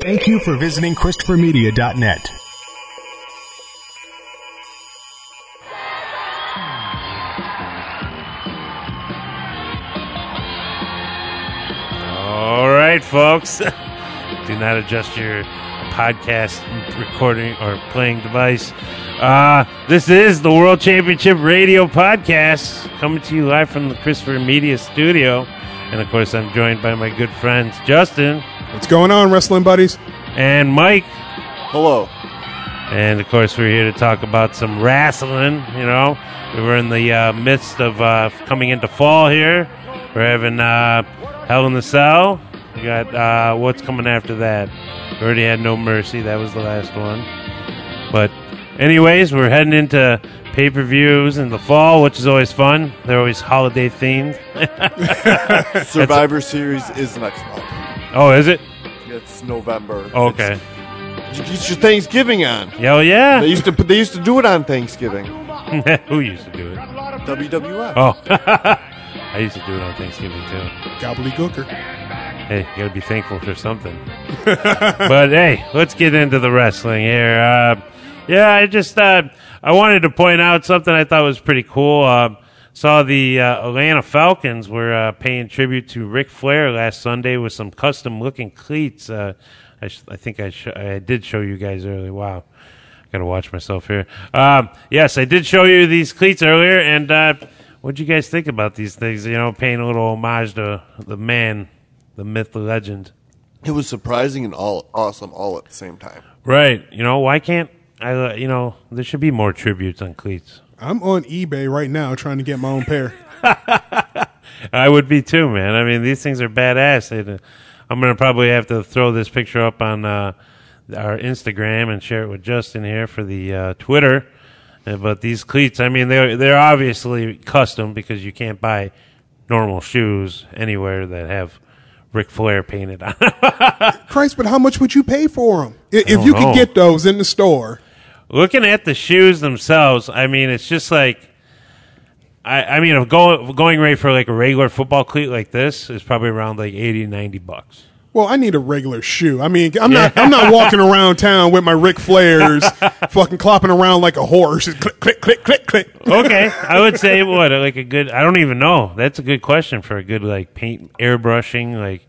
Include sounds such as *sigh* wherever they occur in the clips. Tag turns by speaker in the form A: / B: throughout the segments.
A: Thank you for visiting ChristopherMedia.net.
B: All right, folks. *laughs* Do not adjust your podcast recording or playing device. Uh, this is the World Championship Radio Podcast coming to you live from the Christopher Media Studio. And of course, I'm joined by my good friends Justin
C: What's going on, wrestling buddies?
B: and Mike.
D: Hello.
B: And of course, we're here to talk about some wrestling. You know, we're in the uh, midst of uh, coming into fall here. We're having uh, Hell in the Cell. We got uh, what's coming after that. We already had No Mercy. That was the last one. But, anyways, we're heading into pay per views in the fall, which is always fun. They're always holiday themed.
D: Survivor Series is next month.
B: Oh, is it?
D: It's November.
B: Okay.
D: It's- you get your Thanksgiving on.
B: Hell
D: They
B: yeah.
D: used to they used to do it on Thanksgiving.
B: *laughs* Who used to do it?
D: WWF.
B: Oh, *laughs* I used to do it on Thanksgiving too.
C: Gobbledygooker.
B: Hey, you gotta be thankful for something. but hey, let's get into the wrestling here. Uh, yeah, I just uh, I wanted to point out something I thought was pretty cool. Uh, saw the uh, Atlanta Falcons were uh, paying tribute to Ric Flair last Sunday with some custom looking cleats. Uh, I, sh- I think I sh- I did show you guys earlier. Wow. Gotta watch myself here. Um, yes, I did show you these cleats earlier, and uh, what'd you guys think about these things? You know, paying a little homage to the man, the myth, the legend.
D: It was surprising and all awesome all at the same time.
B: Right. You know, why can't I, uh, you know, there should be more tributes on cleats.
C: I'm on eBay right now trying to get my own pair.
B: I would be too, man. I mean, these things are badass. They- uh, I'm going to probably have to throw this picture up on uh, our Instagram and share it with Justin here for the uh, Twitter. Uh, But these cleats, I mean, they're they're obviously custom because you can't buy normal shoes anywhere that have Ric Flair painted on. 'em.
C: Christ, but how much would you pay for them? If you
B: don't know.
C: could get those in the store,
B: Looking at the shoes themselves, I mean, it's just like. I, I mean, if going going rate for like a regular football cleat like this is probably around like 80, 90 bucks.
C: well, I need a regular shoe. I mean, I'm not I'm
B: *laughs*
C: not walking around town with my Ric Flairs, *laughs* fucking clopping around like a horse. Just click, click, click, click, click.
B: okay, *laughs* I would say what like a good. I don't even know. That's a good question for a good like paint airbrushing, like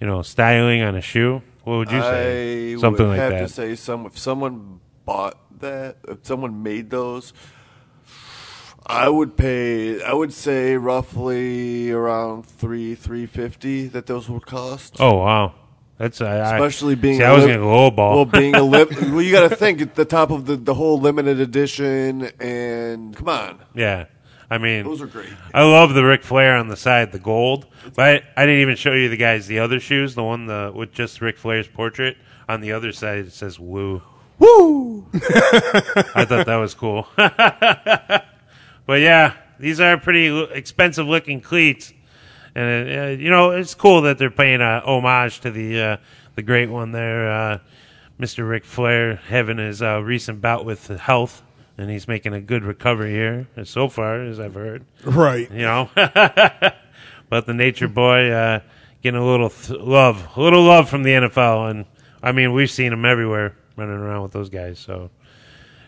B: you know, styling on a shoe. What would you say?
D: I
B: Something
D: would
B: like
D: have
B: that.
D: to say some if someone bought that, if someone made those, I would pay. I would say roughly around three three fifty that those would cost.
B: oh wow, that's I,
D: Especially
B: I,
D: being
B: See,
D: a
B: I was
D: lib-
B: gonna go lowball.
D: Well, being
B: *laughs*
D: a lip, well, you got to think at the top of the the whole limited edition, and come on,
B: yeah, I mean,
D: those are great.
B: I love the Ric Flair on the side, the gold. But I, I didn't even show you the guys the other shoes, the one the with just Ric Flair's portrait on the other side. It says "Woo."
C: Woo!
B: I thought that was cool. *laughs* but yeah, these are pretty l- expensive looking cleats, and uh, you know it's cool that they're paying a homage to the uh, the great one there, uh, Mr. Ric Flair, having his uh, recent bout with health, and he's making a good recovery here uh, so far, as I've heard.
C: Right.
B: You know, *laughs* but the Nature Boy uh, getting a little th- love, a little love from the NFL, and I mean we've seen him everywhere running around with those guys, so.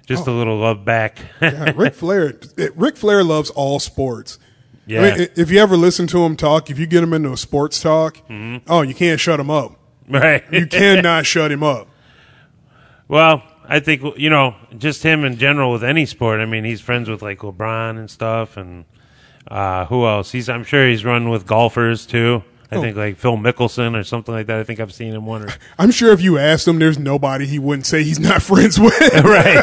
B: Just a little love back. *laughs*
C: Oh. Yeah, Ric Flair. Ric Flair loves all sports.
B: Yeah.
C: I mean, i- if you ever listen to him talk, if you get him into a sports talk,
B: Mm-hmm.
C: oh, you can't shut him up.
B: *laughs* Right. *laughs*
C: You cannot shut him up.
B: well, I think you know, just him in general with any sport. I mean, he's friends with like LeBron and stuff, and uh, who else? He's I'm sure he's run with golfers too. I
C: Oh.
B: think like Phil Mickelson or something like that. I think I've seen him one. Or,
C: I'm sure if you asked him, there's nobody he wouldn't say he's not *laughs* friends with.
B: right.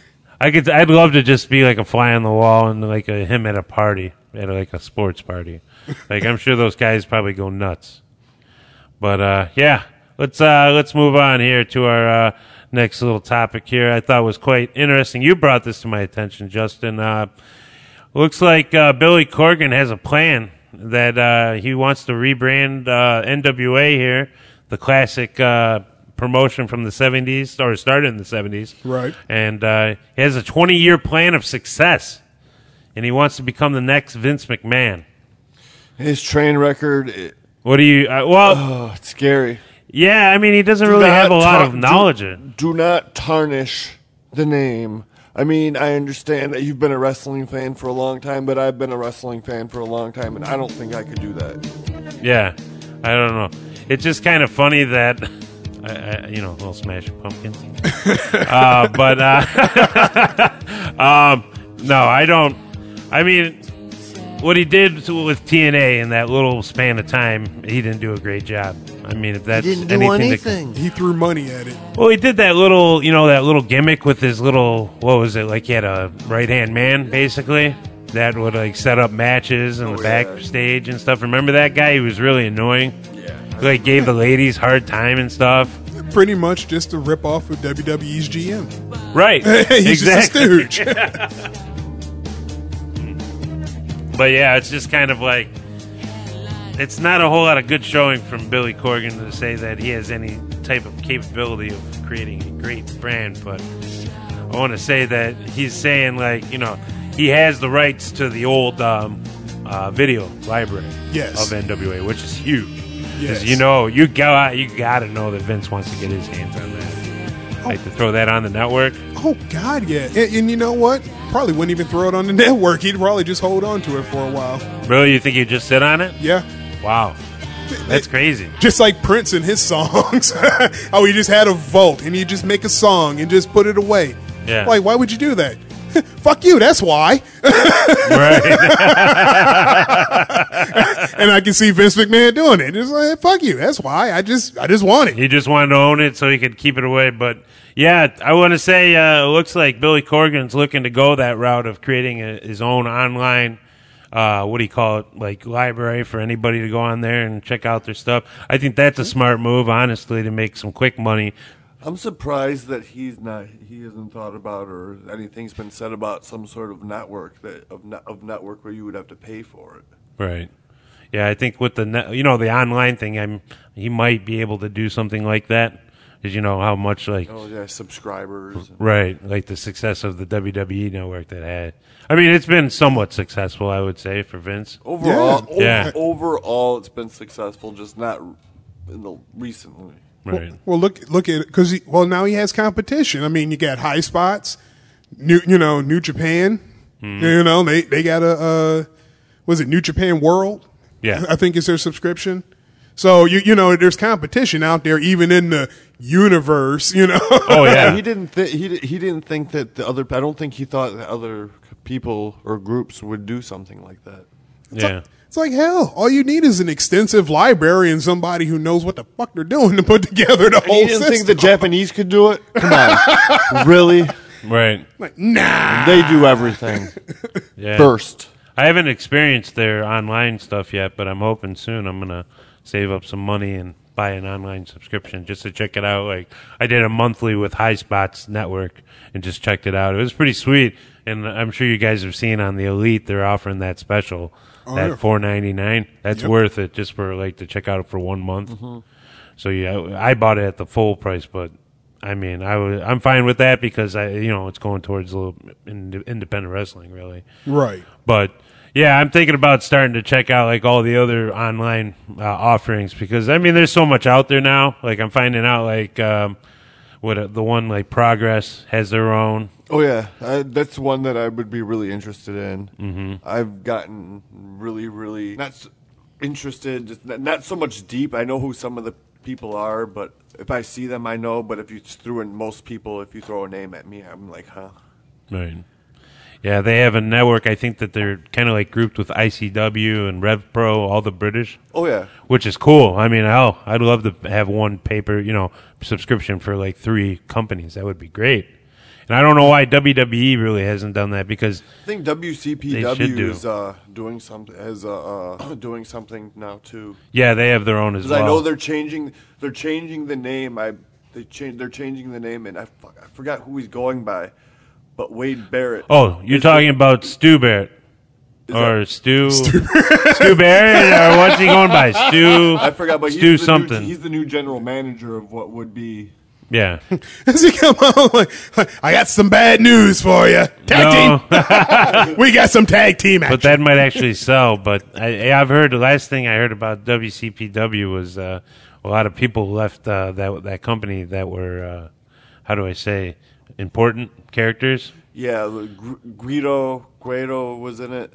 B: *laughs* I could. I'd love to just be like a fly on the wall and like a, him at a party, at like a sports party. Like I'm sure those guys probably go nuts. But uh, yeah, let's uh, let's move on here to our uh, next little topic here. I thought was quite interesting. You brought this to my attention, Justin. Uh, looks like uh, Billy Corgan has a plan that uh, he wants to rebrand uh, NWA here, the classic uh, promotion from the '70s or started in the '70s,
C: Right.
B: And uh, he has a 20-year plan of success, and he wants to become the next Vince McMahon.
D: His train record i-
B: What do you? Uh, well,
D: Oh, it's scary.
B: yeah. I mean, he doesn't
D: Do
B: really
D: not
B: have a lot
D: tar-
B: of knowledge.
D: Do,
B: in-
D: do not tarnish the name. I mean, I understand that you've been a wrestling fan for a long time, but I've been a wrestling fan for a long time, and I don't think I could do that.
B: Yeah, I don't know. It's just kind of funny that, I, I, you know, little smash *laughs* pumpkins. uh, but uh, *laughs* um, no, I don't. I mean, what he did to- with TNA in that little span of time, he didn't do a great job. I mean, if that's anything that-
C: He threw money at it.
B: well, he did that little, you know, that little gimmick with his little, what was it? Like he had a right hand man, basically, that would like set up matches in the
D: yeah.
B: backstage and stuff. Remember that guy? He was really annoying. Yeah. Like gave the ladies hard time and stuff.
C: Pretty much just a rip off of WWE's GM.
B: Right.
C: *laughs* He's just a stooge. *laughs*
B: But yeah, it's just kind of like it's not a whole lot of good showing from Billy Corgan to say that he has any type of capability of creating a great brand. But I want to say that he's saying like you know he has the rights to the old um, uh, video library
C: Yes.
B: of NWA, which is huge. 'Cause
C: Yes.
B: you know you got you got to know that Vince wants to get his hands on that. Like to throw that on the network.
C: Oh God, yeah. And, and you know what? Probably wouldn't even throw it on the *laughs* network. He'd probably just hold on to it for a while.
B: Really, you think you just sit on it?
C: Yeah.
B: Wow, that's
C: *laughs*
B: crazy.
C: Just like Prince and his *laughs* songs. oh, he just had a vault and he just make a song and just put it away.
B: Yeah.
C: Like, why would you do that? *laughs* Fuck you, that's why. *laughs*
B: Right.
C: and I can see Vince McMahon doing it. It's like, fuck you, that's why. I just I just want it.
B: He just wanted to own it so he could keep it away. But yeah, I want to say uh, it looks like Billy Corgan's looking to go that route of creating a, his own online, uh, what do you call it, like library for anybody to go on there and check out their stuff. I think that's a smart move, honestly, to make some quick money.
D: I'm surprised that he's not. He hasn't thought about or anything's been said about some sort of network that of ne- of network where you would have to pay for it.
B: Right. Yeah, I think with the net, you know the online thing, I'm he might be able to do something like that because you know how much like
D: Oh yeah, subscribers.
B: Right, like the success of the WWE network that had. I mean, it's been somewhat successful, I would say, for Vince.
D: Oh. Overall, o-
B: Yeah.
D: overall, it's been successful, just not in the recently.
B: Right.
C: Well, look look at it because well now he has competition. I mean, you got high spots, new you know New Japan.
B: Hmm.
C: You know they they got a uh, was it New Japan World?
B: Yeah.
C: I think is their subscription. So you you know there's competition out there even in the universe. You know.
B: oh yeah.
D: *laughs* he didn't. Th- he di- he didn't think that the other. I don't think he thought that other people or groups would do something like that.
B: yeah.
C: *laughs* It's like hell. All you need is an extensive library and somebody who knows what the fuck they're doing to put together the whole
D: He didn't think the
C: system.
D: Japanese could do it. Come on, *laughs* really?
B: Right.
C: like, nah.
D: They do everything
B: Yeah.
D: first.
B: I haven't experienced their online stuff yet, but I'm hoping soon I'm gonna save up some money and buy an online subscription just to check it out. Like I did a monthly with High Spots Network and just checked it out. It was pretty sweet, and I'm sure you guys have seen on the Elite they're offering that special, that
C: yeah.
B: 4.99. That's worth it just for like to check out it for one month. So yeah, I bought it at the full price, but I mean, I was I'm fine with that because I you know it's going towards a little ind- independent wrestling really.
C: *laughs* Right. *laughs*
B: But yeah, I'm thinking about starting to check out like all the other online uh, offerings because I mean, there's so much out there now. Like I'm finding out like um, what uh, the one like Progress has their own.
D: Oh yeah, I, that's one that I would be really interested in. Mm-hmm. I've gotten really, really not s interested. Just not, not so much deep. I know who some of the people are, but if I see them, I know. But if you just threw in most people, if you throw a name at me, I'm like, huh?
B: Right. Yeah, they have a network. I think that they're kind of like grouped with ICW and RevPro, all the British.
D: Oh yeah,
B: which is cool. I mean, hell, I'd love to have one paper, you know, subscription for like three companies. That would be great. And I don't know why WWE really hasn't done that because
D: I think
B: They should
D: WCPW
B: do.
D: is uh, doing something is uh, uh, *coughs* doing something now too.
B: yeah, they have their own as
D: Because
B: well.
D: I know they're changing. They're changing the name. I they change. They're changing the name, and I, fuck, I forgot who he's going by. But Wade Barrett.
B: oh, you're
D: is
B: talking about Stu Barrett
D: is that-
B: or Stu *laughs* Stu Barrett or what's
D: *laughs*
B: he going by? Stu
D: I forgot, but he's
B: Stu
D: the new-
B: something.
D: he's the new general manager of what would be *laughs*
B: Yeah.
C: As he come out, like, I got some bad news for you. Tag team. *laughs* we got some tag team
B: *laughs*
C: action.
B: But that might actually sell. But I, I've heard the last thing I heard about WCPW was uh, a lot of people left uh, that that company that were uh, how do I say important characters.
D: Yeah, the Gr- Guido Guido was in it.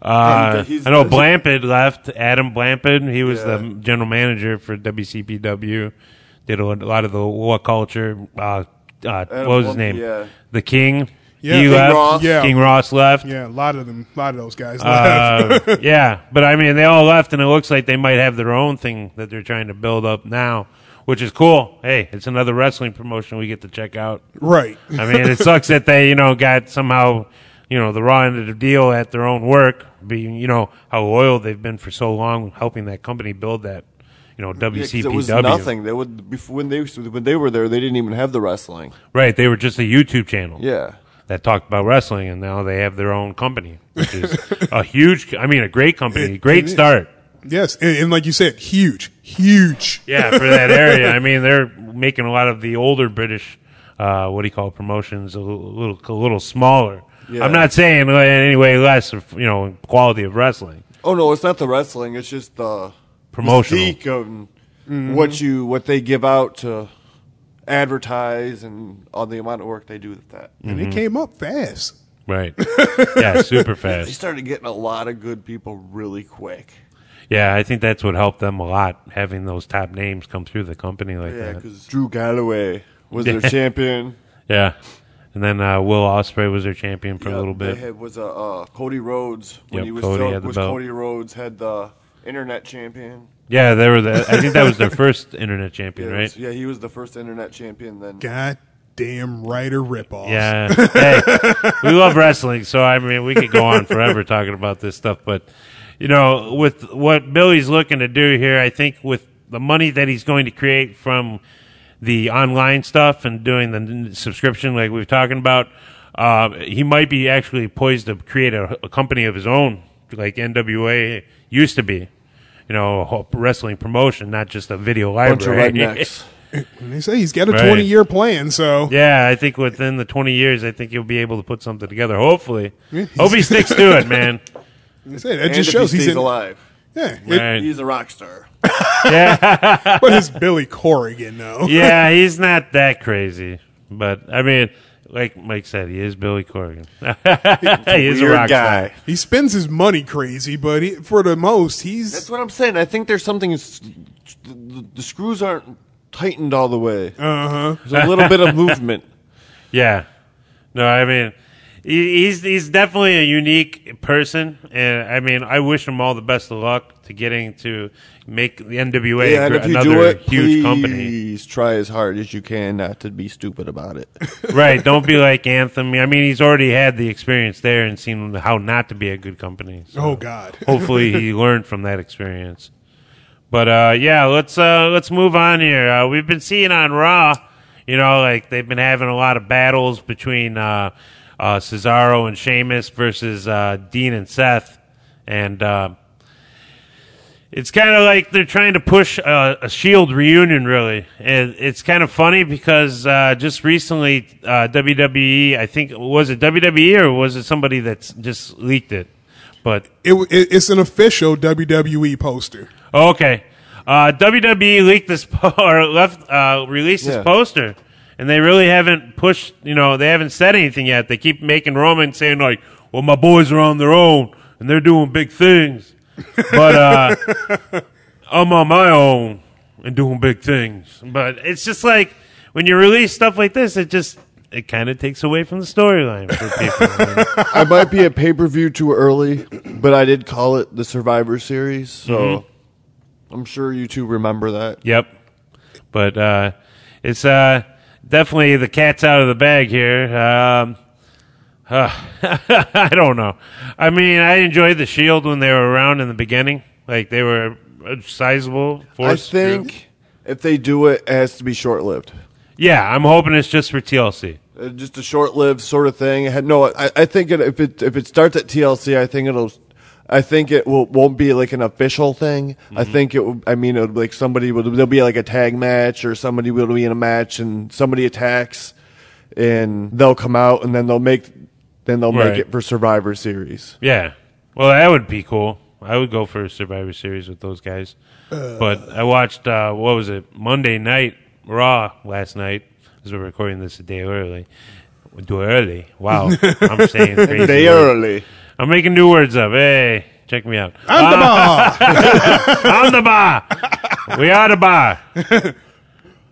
B: Uh,
D: And he's-
B: I know Blampett left. Adam Blampett, he was
D: Yeah.
B: the general manager for WCPW. Did a lot of the war culture. Uh, uh, what was his
D: Blum-
B: name?
D: yeah.
B: The King.
C: Yeah.
B: he
C: King
B: left.
D: Ross.
C: Yeah.
B: King Ross left.
C: yeah, a lot of them, a lot of those guys.
B: Uh, yeah, but I mean, they all left, and it looks like they might have their own thing that they're trying to build up now, which is cool. Hey, it's another wrestling promotion we get to check out.
C: *laughs* right.
B: I mean, it sucks that they, you know, got somehow, you know, the raw end of the deal at their own work, being, you know, how loyal they've been for so long, helping that company build that, you know,
D: Yeah, 'cause
B: WCPW.
D: it was nothing. They would before, when they when they were there, they didn't even have the wrestling.
B: Right. They were just a YouTube channel.
D: Yeah,
B: that talked about wrestling, and now they have their own company, which is a huge, I mean, a great company, great start.
C: Yes, and, and like you said, huge, huge.
B: Yeah, *laughs* for that area. I mean, they're making a lot of the older British, uh, what do you call it, promotions a little, little, a little smaller.
D: Yeah.
B: I'm not saying uh, in any way less, of, you know, quality of wrestling.
D: Oh no, it's not the wrestling. It's just the
B: Promotional.
D: mystique and what you what they give out to advertise and on the amount of work they do with that.
C: And
B: Mm-hmm.
C: it came up fast.
D: *laughs*
B: Right. yeah, super
D: They
B: fast.
D: started getting a lot of good people really quick.
B: Yeah, I think that's what helped them a lot, having those top names come through the company like
D: Yeah,
B: that.
D: because Drew Galloway was their champion.
B: Yeah. And then uh, Will Osprey was their champion for a little
D: They
B: bit.
D: had, was a uh, Cody Rhodes when
B: Yep,
D: he was
B: Cody
D: still
B: had the
D: was
B: belt.
D: Cody Rhodes had the internet champion.
B: yeah, they were. The, I think that was their first internet champion,
D: *laughs* Yeah,
B: right?
D: yeah, he was the first internet champion. Then
C: God damn writer ripoff.
B: Yeah. Hey, we love wrestling, so I mean, we could go on forever talking about this stuff, but you know, with what Billy's looking to do here, I think with the money that he's going to create from the online stuff and doing the n- subscription, like we were talking about, uh, he might be actually poised to create a, a company of his own, like NWA used to be. You know, a whole wrestling promotion, not just a video
D: bunch of
B: library. *laughs*
D: rednecks.
C: And they say he's got a
B: Right.
C: 20 year plan, so
B: Yeah, I think within the 20 years, I think you'll be able to put something together.
D: *laughs*
B: Hopefully,
C: Yeah.
B: hope he sticks to it, man.
C: they say that
D: and
C: just
D: if he
C: shows
D: stays
C: he's in.
D: alive.
C: Yeah, it-
B: *laughs* Right.
D: He's a rock star.
C: but it's Billy Corrigan though.
B: Yeah, he's not that crazy, but I mean, like Mike said, he is Billy Corgan. *laughs* he is a
D: Weird
B: rock star.
C: He spends his money crazy, but he, for the most,
D: That's
C: he's
D: what I'm saying. I think there's something. s- The, the screws aren't tightened all the way.
C: uh huh.
D: There's a little
B: *laughs*
D: bit of movement.
B: Yeah. No, I mean, he- he's he's definitely a unique person, and I mean, I wish him all the best of luck to getting to make the NWA
D: Yeah, and
B: gr-
D: if you
B: another
D: do it,
B: huge
D: please
B: company.
D: try as hard as you can not to be stupid about it.
C: *laughs*
B: right. Don't be like Anthem. I mean, he's already had the experience there and seen how not to be a good company. So
C: Oh God.
B: hopefully, he *laughs* learned from that experience. But uh, yeah, let's uh, let's move on here. Uh, we've been seeing on Raw, you know, like they've been having a lot of battles between uh, uh, Cesaro and Sheamus versus uh, Dean and Seth, and. Uh, it's kind of like they're trying to push uh, a Shield reunion, really, and it's kind of funny because uh, just recently uh, WWE, I think was it WWE or was it somebody that's just leaked it? But
C: It, it, it's an official WWE poster.
B: okay, uh, WWE leaked this *laughs* po- or left uh, released this
D: Yeah.
B: poster, and they really haven't pushed. You know, they haven't said anything yet. They keep making Roman saying like, "Well, my boys are on their own and they're doing big things," but uh, I'm on my own and doing big things. But it's just like when you release stuff like this, it just it kind of takes away from the storyline for people.
D: I might be a pay per view too early, but I did call it the Survivor Series, so I'm sure you two remember that.
B: Yep. But uh, it's uh, definitely the cat's out of the bag here. Um, *laughs* uh, I don't know. I mean, I enjoyed the Shield when they were around in the beginning. Like they were a sizable
D: I
B: force.
D: think if they do it, it has to be short lived.
B: Yeah, I'm hoping it's just for TLC.
D: Uh, just a short-lived sort of thing. It had- No, I, I think it, if it if it starts at TLC, I think it'll I think it will, won't be like an official thing. I
B: Mm-hmm.
D: think it. will- I mean, it would, like somebody would there'll be like a tag match or somebody will be in a match and somebody attacks, and they'll come out and then they'll make then they'll
B: Right.
D: make it for Survivor Series.
B: Yeah. Well, that would be cool. I would go for a Survivor Series with those guys. but I watched, uh, what was it, Monday Night Raw last night, because we're recording this a day early. Too early. Wow. I'm saying crazy.
D: Day
B: words.
D: early.
B: I'm making new words up. Hey, check me out.
C: I'm the boss.
B: *laughs* I'm the bar. We are the bar. Uh,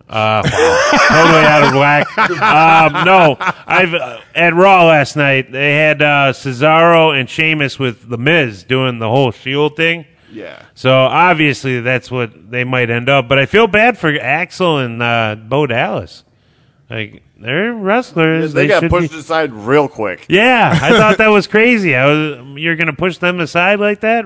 B: wow. totally out of whack. Um, no, I've uh, at Raw last night. They had uh, Cesaro and Sheamus with the Miz doing the whole Shield thing.
D: Yeah.
B: So obviously that's what they might end up. But I feel bad for Axel and uh, Bo Dallas. Like they're wrestlers.
D: They, got
B: should
D: pushed
B: be-
D: aside real quick.
B: Yeah, I thought that was crazy. I was um, you're gonna push them aside like that?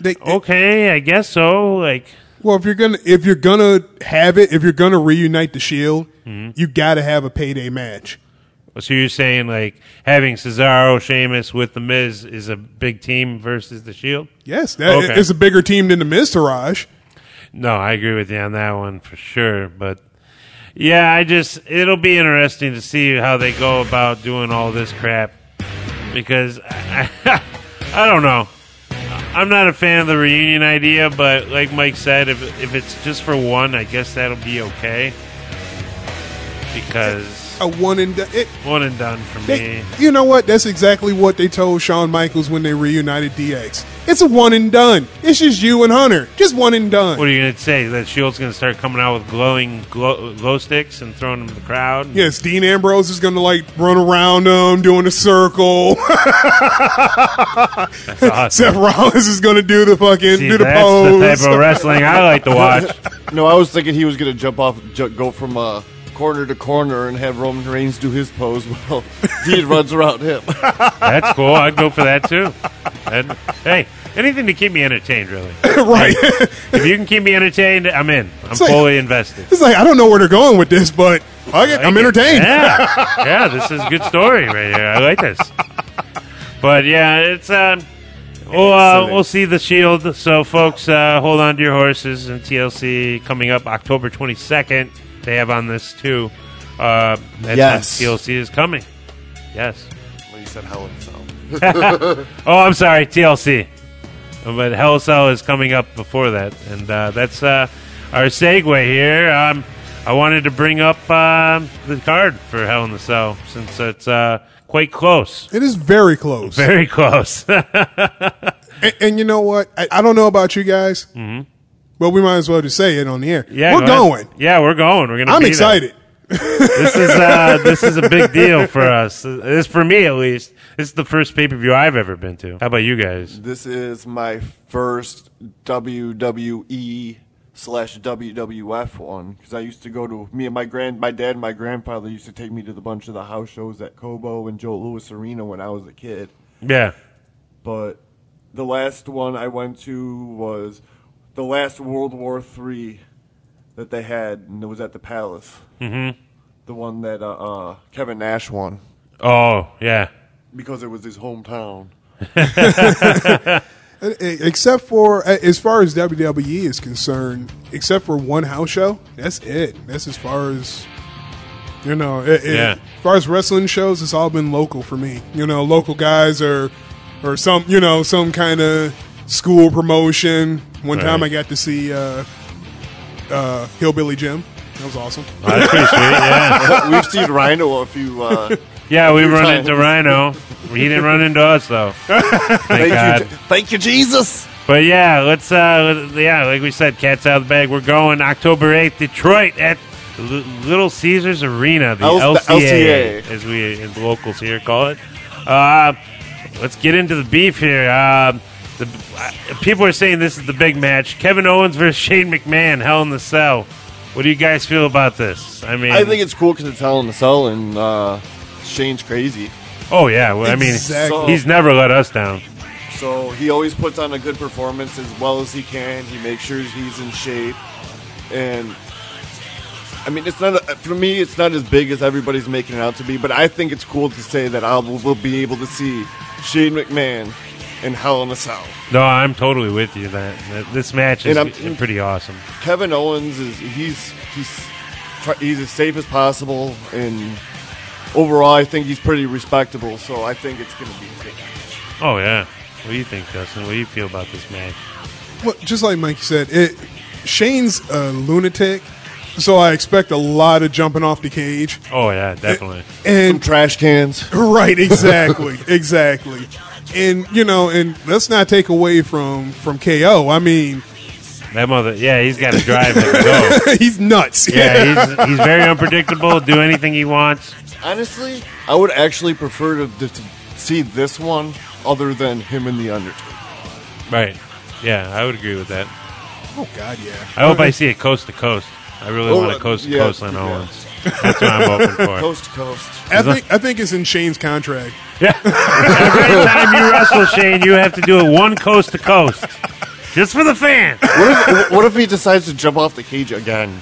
C: They-
B: Oh, Okay, I guess so. Like
C: Well, if you're gonna if you're gonna have it, if you're gonna reunite the Shield,
B: Mm-hmm.
C: you got to have a payday match.
B: So you're saying like having Cesaro, Sheamus with the Miz is a big team versus the Shield?
C: Yes, that
B: Okay.
C: it's a bigger team than the Miztourage.
B: No, I agree with you on that one for sure. But yeah, I just it'll be interesting to see how they go about doing all this crap because I, *laughs* I don't know. I'm not a fan of the reunion idea, but like Mike said, if if it's just for one, I guess that'll be okay because
C: A one and done- it,
B: one and done for
C: they,
B: me.
C: you know what? That's exactly what they told Shawn Michaels when they reunited DX. It's a one and done. It's just you and Hunter, just one and done.
B: What are you going to say? That Shield's going to start coming out with glowing glow, glow sticks and throwing them to the crowd?
C: Yes, Dean Ambrose is gonna like run around them doing a circle. *laughs*
B: That's awesome.
C: Seth Rollins is gonna do the fucking
B: See,
C: do the
B: that's
C: pose.
B: the type of wrestling I like to
C: *laughs*
B: watch.
D: No, I was thinking he was going to jump off, ju- go from uh, corner to corner and have Roman Reigns do his pose *laughs* while Dean runs around him.
B: That's cool. I'd go for that too. And, hey, anything to keep me entertained, really.
C: *laughs* right.
B: If you can keep me entertained, I'm in. I'm
C: like-
B: fully invested.
C: It's like I don't know where they're going with this, but fuck it, I'm entertained.
B: Yeah,
C: *laughs*
B: yeah. This is a good story right here. I like this. But yeah, it's um. Well, uh,
D: Excellent.
B: we'll see the Shield. So, folks, uh, hold on to your horses. And TLC coming up October 22nd. They have on this too. Uh, that's when
D: Yes.
B: TLC is coming. Yes.
D: Well, you said Helen, so.
B: Oh, I'm sorry, TLC. But Hell in a Cell is coming up before that, and uh, that's uh, our segue here. Um, I wanted to bring up um the card for Hell in the Cell since it's uh, quite close, *laughs*
C: It is very close.
B: very close. *laughs*
C: and, and you know what? I, I don't know about you guys, but we might as well just say it on the air.
B: Mm-hmm. yeah,
C: We're
B: go ahead.
C: going.
B: Yeah, we're going. We're gonna.
C: I'm
B: be there.
C: excited.
B: This is
C: *laughs*
B: uh, this is a big deal for us. This for me at least. This is the first pay per view I've ever been to. How about you guys?
D: This is my first WWE slash WWF one because I used to go to me and my grand my dad and my grandfather used to take me to the bunch of the house shows at Kobo and Joe Louis Arena when I was a kid.
B: Yeah.
D: but the last one I went to was the last World War III that they had, and it was at the Palace. Mm-hmm. The one that uh, uh, Kevin Nash won
B: Oh, yeah.
D: because it was his hometown.
C: Uh, e- Except for uh, as far as WWE is concerned, except for one house show, that's it. That's as far as you know. It, it-
B: Yeah.
C: As far as wrestling shows, it's all been local for me. You know, local guys or or some you know some kind of school promotion. One time I
B: Right.
C: got to see uh, uh, Hillbilly Jim. That was awesome.
B: Oh, that's pretty sweet. Yeah.
D: We've seen Rhino a few. Uh,
B: Yeah, we
D: few
B: run
D: times.
B: into Rhino. He didn't run into us though. Thank
D: *laughs* thank, you,
B: God.
D: thank you, Jesus.
B: But yeah, let's uh let- yeah, like we said, cats out of the bag. We're going October eighth, Detroit at L- Little Caesars Arena, the
D: L- the
B: LCA,
D: LCA.
B: as we as locals here call it. Uh, let's get into the beef here. Uh, the, uh, people are saying this is the big match: Kevin Owens versus Shane McMahon, Hell in the Cell. What do you guys feel about this? I mean,
D: I think it's cool because it's Hell in the Cell, and uh, Shane's crazy.
B: oh yeah, well, I mean,
C: Exactly.
B: he's never let us down.
D: So he always puts on a good performance as well as he can. He makes sure he's in shape, and I mean, it's not for me. It's not as big as everybody's making it out to be, but I think it's cool to say that I will, will be able to see Shane McMahon and Hell in a Cell.
B: No, I'm totally with you. That, that this match is
D: And I'm-
B: pretty awesome.
D: Kevin Owens is he's he's try, he's as safe as possible, and overall, I think he's pretty respectable. So I think it's going to be a big match.
B: Oh yeah. What do you think, Dustin? What do you feel about this match?
C: Well, just like Mike said, it Shane's a lunatic, so I expect a lot of jumping off the cage.
B: Oh yeah, definitely.
D: Some
C: And
D: trash
C: *laughs*
D: cans.
B: *laughs*
C: right, exactly, exactly. And you know, and let's not take away from from KO. I mean, *laughs*
B: That mother. Yeah, he's got to drive and
D: *laughs*
B: go.
C: he's nuts. *laughs*
B: Yeah, he's he's very unpredictable. Do anything he wants.
D: Honestly, I would actually prefer to, to, to see this one other than him and the Undertaker.
B: Right. Yeah, I would agree with that.
C: Oh God, yeah.
B: I hope I see it coast to coast. I really
D: Oh,
B: want
D: uh,
B: a coast to
D: yeah,
B: coast on
D: yeah.
B: Owens. That's what I'm
D: *laughs*
B: hoping for.
D: Coast to coast.
C: I think I think it's in Shane's contract.
B: Yeah. Every time you wrestle, Shane, you have to do it one coast to coast, just for the fans.
D: What if, what if he decides to jump off the cage again?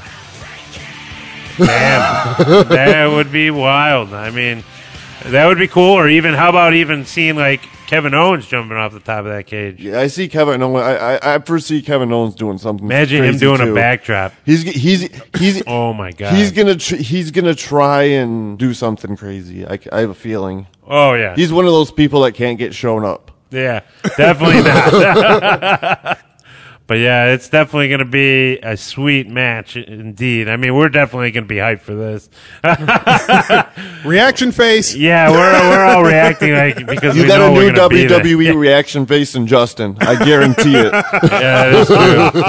B: Damn, *laughs* that would be wild. I mean, that would be cool. Or even, how about even seeing like Kevin Owens jumping off the top of that cage?
D: Yeah, I see Kevin Owens. I, I, I foresee Kevin Owens doing something.
B: Imagine him
D: crazy,
B: doing
D: too.
B: a backdrop.
D: He's he's
B: *clears throat*
D: he's.
B: Oh my god.
D: He's gonna tr- he's gonna try and do something crazy. I, c- I have a feeling
B: oh yeah.
D: he's one of those people that can't get shown up.
B: yeah, definitely
D: *laughs*
B: not. *laughs* but yeah, it's definitely going to be a sweet match indeed. I mean, we're definitely going to be hyped for this. *laughs*
C: Reaction face.
B: Yeah, we're we're all reacting like because
D: You
B: we
D: got
B: know
D: a
B: we're
D: new E
B: gonna be there.
D: WWE reaction face in Justin. I guarantee
B: *laughs*
D: it.
B: Yeah, that's true.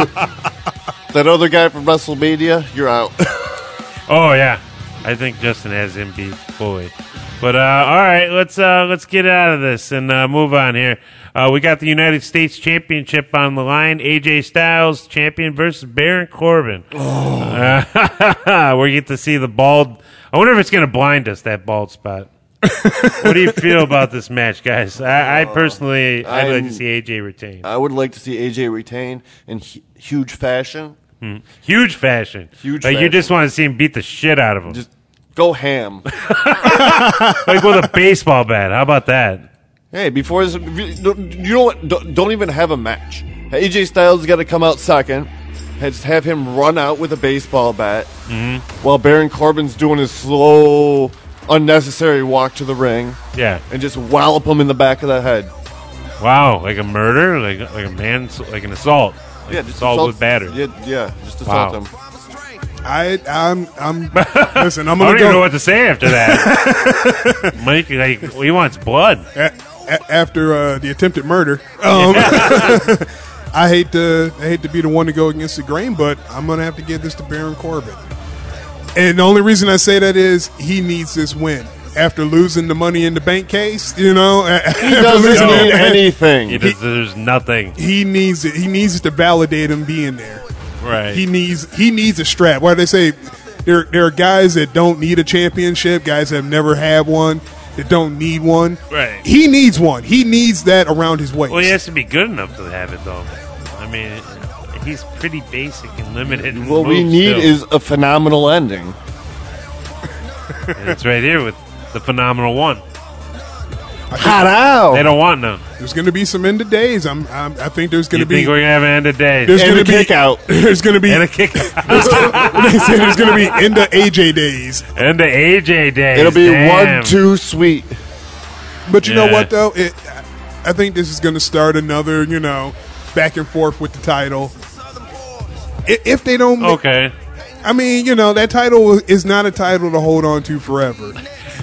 D: that other guy from WrestleMania, you're out.
B: Oh yeah, I think Justin has him beat fully. But uh, all right, let's uh, let's get out of this and uh, move on here. Uh, we got the United States Championship on the line. AJ Styles champion versus Baron Corbin.
D: Oh.
B: Uh, *laughs* we get to see the bald. I wonder if it's going to blind us that bald
D: *laughs*
B: spot. what do you feel about this match, guys? I, I personally, I'd like
D: Oh. I'm-
B: to see AJ retain.
D: I would like to see AJ retain in hu- huge fashion.
B: Huge fashion.
D: Huge
B: Like you
D: fashion.
B: just want to see him beat the shit out of him,
D: Just go ham.
B: like with a baseball bat. How about that?
D: hey, before this, you know what? Don't don't even have a match. AJ Styles got to come out second. Just have him run out with a baseball bat
B: Mm-hmm.
D: while Baron Corbin's doing his slow, unnecessary walk to the ring
B: Yeah.
D: and just wallop him in the back of the head.
B: Wow, like a murder, like like a man, like an assault, like
D: Yeah, just
B: assault, with batter.
D: Yeah, yeah, just assault
B: Wow.
D: him.
C: I I'm
B: *laughs*
C: I'm listen. I'm
B: I don't
C: gonna
B: even know
C: go
B: what to say after that.
C: *laughs*
B: Mike, like he wants blood.
C: a, a- after uh, the attempted murder. Um, *laughs* I hate to I hate to be the one to go against the grain, but I'm gonna have to give this to Baron Corbin. And the only reason I say that is he needs this win after losing the money in the bank case. You know, *laughs*
D: He doesn't
B: No. *laughs*
D: mean
B: He
D: anything.
B: does. there's nothing.
C: he needs it. He needs it to validate him being there.
B: Right.
C: He needs he needs a strap. Why they say there there are guys that don't need a championship, guys that have never had one, that don't need one.
B: Right.
C: He needs one. He needs that around his waist.
B: well, he has to be good enough to have it, though. I mean, he's pretty basic and limited. in
D: What we
B: moves,
D: need
B: too.
D: is a phenomenal ending.
B: And it's right here with the phenomenal one.
D: Hot out.
B: They don't want none.
C: There's going to be some end of days. I'm, I'm I think there's going
B: You
C: to be
B: think we're gonna have an end of
C: there's
B: days
D: And
C: going to
D: a
C: be
D: kick out.
C: *laughs* There's going to be
B: and a kick,
C: *laughs* they say there's going to be end of AJ days.
B: and the AJ days.
D: It'll be
B: Damn.
D: one, two, sweet.
C: But you know
B: Yeah.
C: what though? It I think this is going to start another you know back and forth with the title. I- If they don't, ma-
B: Okay.
C: I mean, you know, that title is not a title to hold on to forever.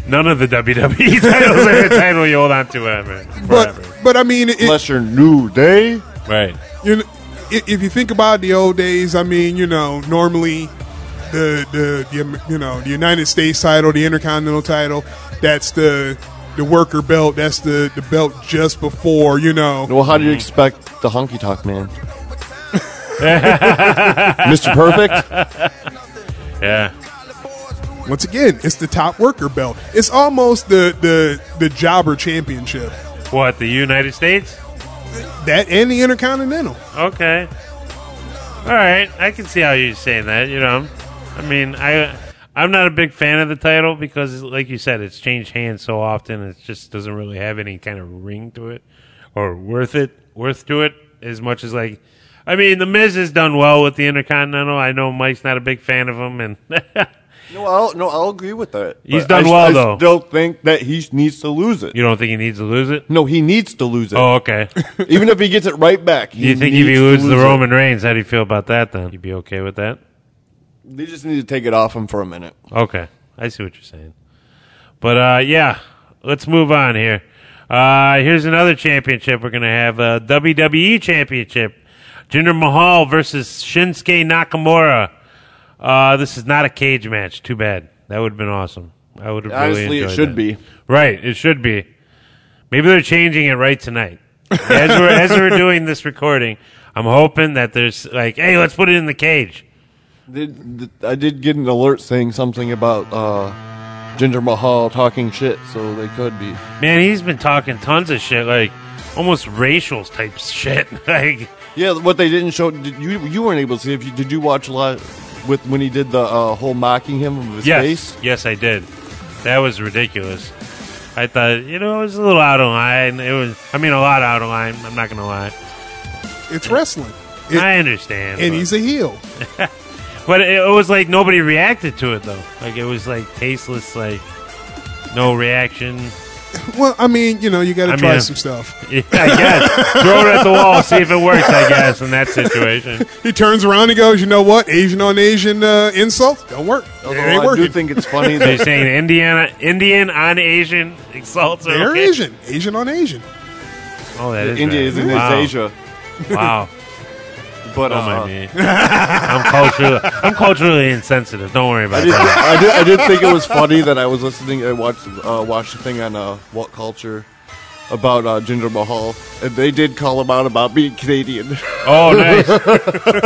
B: None of the WWE *laughs* titles are a title you hold on to ever.
C: But
B: Forever.
C: but I mean, it,
D: Unless you're new day.
B: right.
C: you know, i- if you think about the old days, I mean, you know, normally the the, the um, you know the United States title, the Intercontinental title, that's the the worker belt. That's the the belt just before you know.
D: Well, how
B: Mm.
D: do you expect the honky
B: *laughs*
D: tonk man? Mr. Perfect?
B: Yeah.
C: Once again, it's the top worker belt. It's almost the the the jobber championship.
B: What, the United States?
C: That and the Intercontinental.
B: Okay. All right. I can see how you're saying that, you know. I mean, I I'm not a big fan of the title because like you said, it's changed hands so often it just doesn't really have any kind of ring to it or worth it, worth to it as much as like. I mean, the Miz has done well with the Intercontinental. I know Mike's not a big fan of him, and *laughs*
D: No, I'll no, I'll agree with that.
B: He's
D: But
B: done
D: I,
B: well,
D: I
B: though.
D: Still think that he needs to lose it.
B: you don't think he needs to lose it?
D: No, he needs to lose it.
B: Oh, okay. Do
D: *laughs* Even if he gets it right back, he
B: you think if
D: needs
B: he
D: to
B: loses the
D: lose it.
B: Roman Reigns, how do you feel about that? Then you'd be okay with that?
D: They just need to take it off him for a minute.
B: Okay, I see what you're saying. But uh, yeah, let's move on here. Uh, here's another championship we're gonna have: uh, WWE Championship, Jinder Mahal versus Shinsuke Nakamura. Uh, this is not a cage match. Too bad. That would have been awesome. I would have really
D: Honestly, it
B: enjoyed
D: should
B: that.
D: be.
B: right. It should be. Maybe they're changing it right tonight. As we're as
C: *laughs*
B: we're doing this recording, I'm hoping that there's like, hey, let's put it in the cage.
D: Did, did- I did get an alert saying something about uh, Ginger Mahal talking shit, so they could be.
B: Man, he's been talking tons of shit, like almost racial type shit. *laughs* like,
D: Yeah, what they didn't show. Did you you weren't able to see. If you did, you watch a lot with when he did the uh, whole mocking him of his
B: yes,
D: face.
B: yes, I did. That was ridiculous. I thought, you know, it was a little out of line. It was, I mean, a lot out of line. I'm not gonna lie.
C: It's wrestling. It-
B: I understand,
C: and
B: but,
C: he's a heel.
B: but it, it was like nobody reacted to it though. Like it was like tasteless, like no reaction.
C: Well, I mean, you know, you got
B: I
C: to try
B: mean,
C: some stuff.
B: Yeah, *laughs* I guess throw it at the wall, see if it works. I guess in that
C: *laughs*
B: situation.
C: He turns around and goes, "You know what? Asian on Asian uh, insult don't work.
D: Although
C: it ain't
D: I
C: working.
D: do think it's
B: *laughs*
D: funny
B: They're
D: that
B: saying Indiana, Indian on Asian exalts.
C: They're
B: okay.
C: Asian, Asian on Asian.
B: Oh, that is
D: India
B: right.
D: is in
B: wow. Oh,
D: Asia,
B: Wow,
D: but
B: don't
D: uh, *laughs*
B: mind me. I'm culturally, I'm culturally insensitive. Don't worry
D: I
B: about
D: did,
B: that.
D: I did. I did think it was funny that I was listening. I watched uh, watched a thing on uh, What Culture about uh, Ginger Mahal, and they did call him out about being Canadian. *laughs*
B: *laughs* Oh, nice.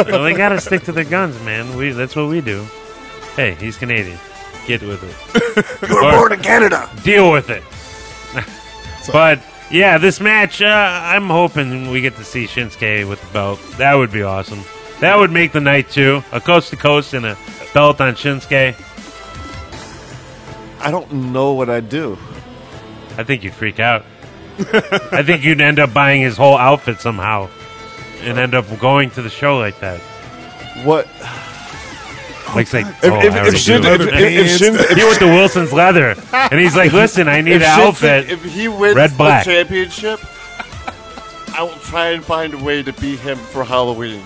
B: well, they gotta stick to their guns, man. We that's what we do. Hey, he's Canadian. Get with it.
D: *laughs* you were born in Canada.
B: Deal with
D: *laughs*
B: it. but yeah, this match, uh, I'm hoping we get to see Shinsuke with the belt. That would be awesome. That would make the night too. A coast to coast and a belt on Shinsuke.
D: I don't know what I'd do.
B: I think you'd freak
D: *laughs*
B: out. I think you'd end up buying his whole outfit somehow and end up going to the show like that.
D: What
B: Like, it's like,
D: if,
B: oh,
D: if,
B: I
D: if,
B: already
D: Shin,
B: do.
D: if, if, if, Shin,
B: he went to Wilson's Leather and he's like, listen, I need
D: *laughs* if
B: an
D: Shinsuke-
B: outfit.
D: if he wins
B: Red,
D: the
B: black.
D: championship, I will try and find a way to beat him for Halloween.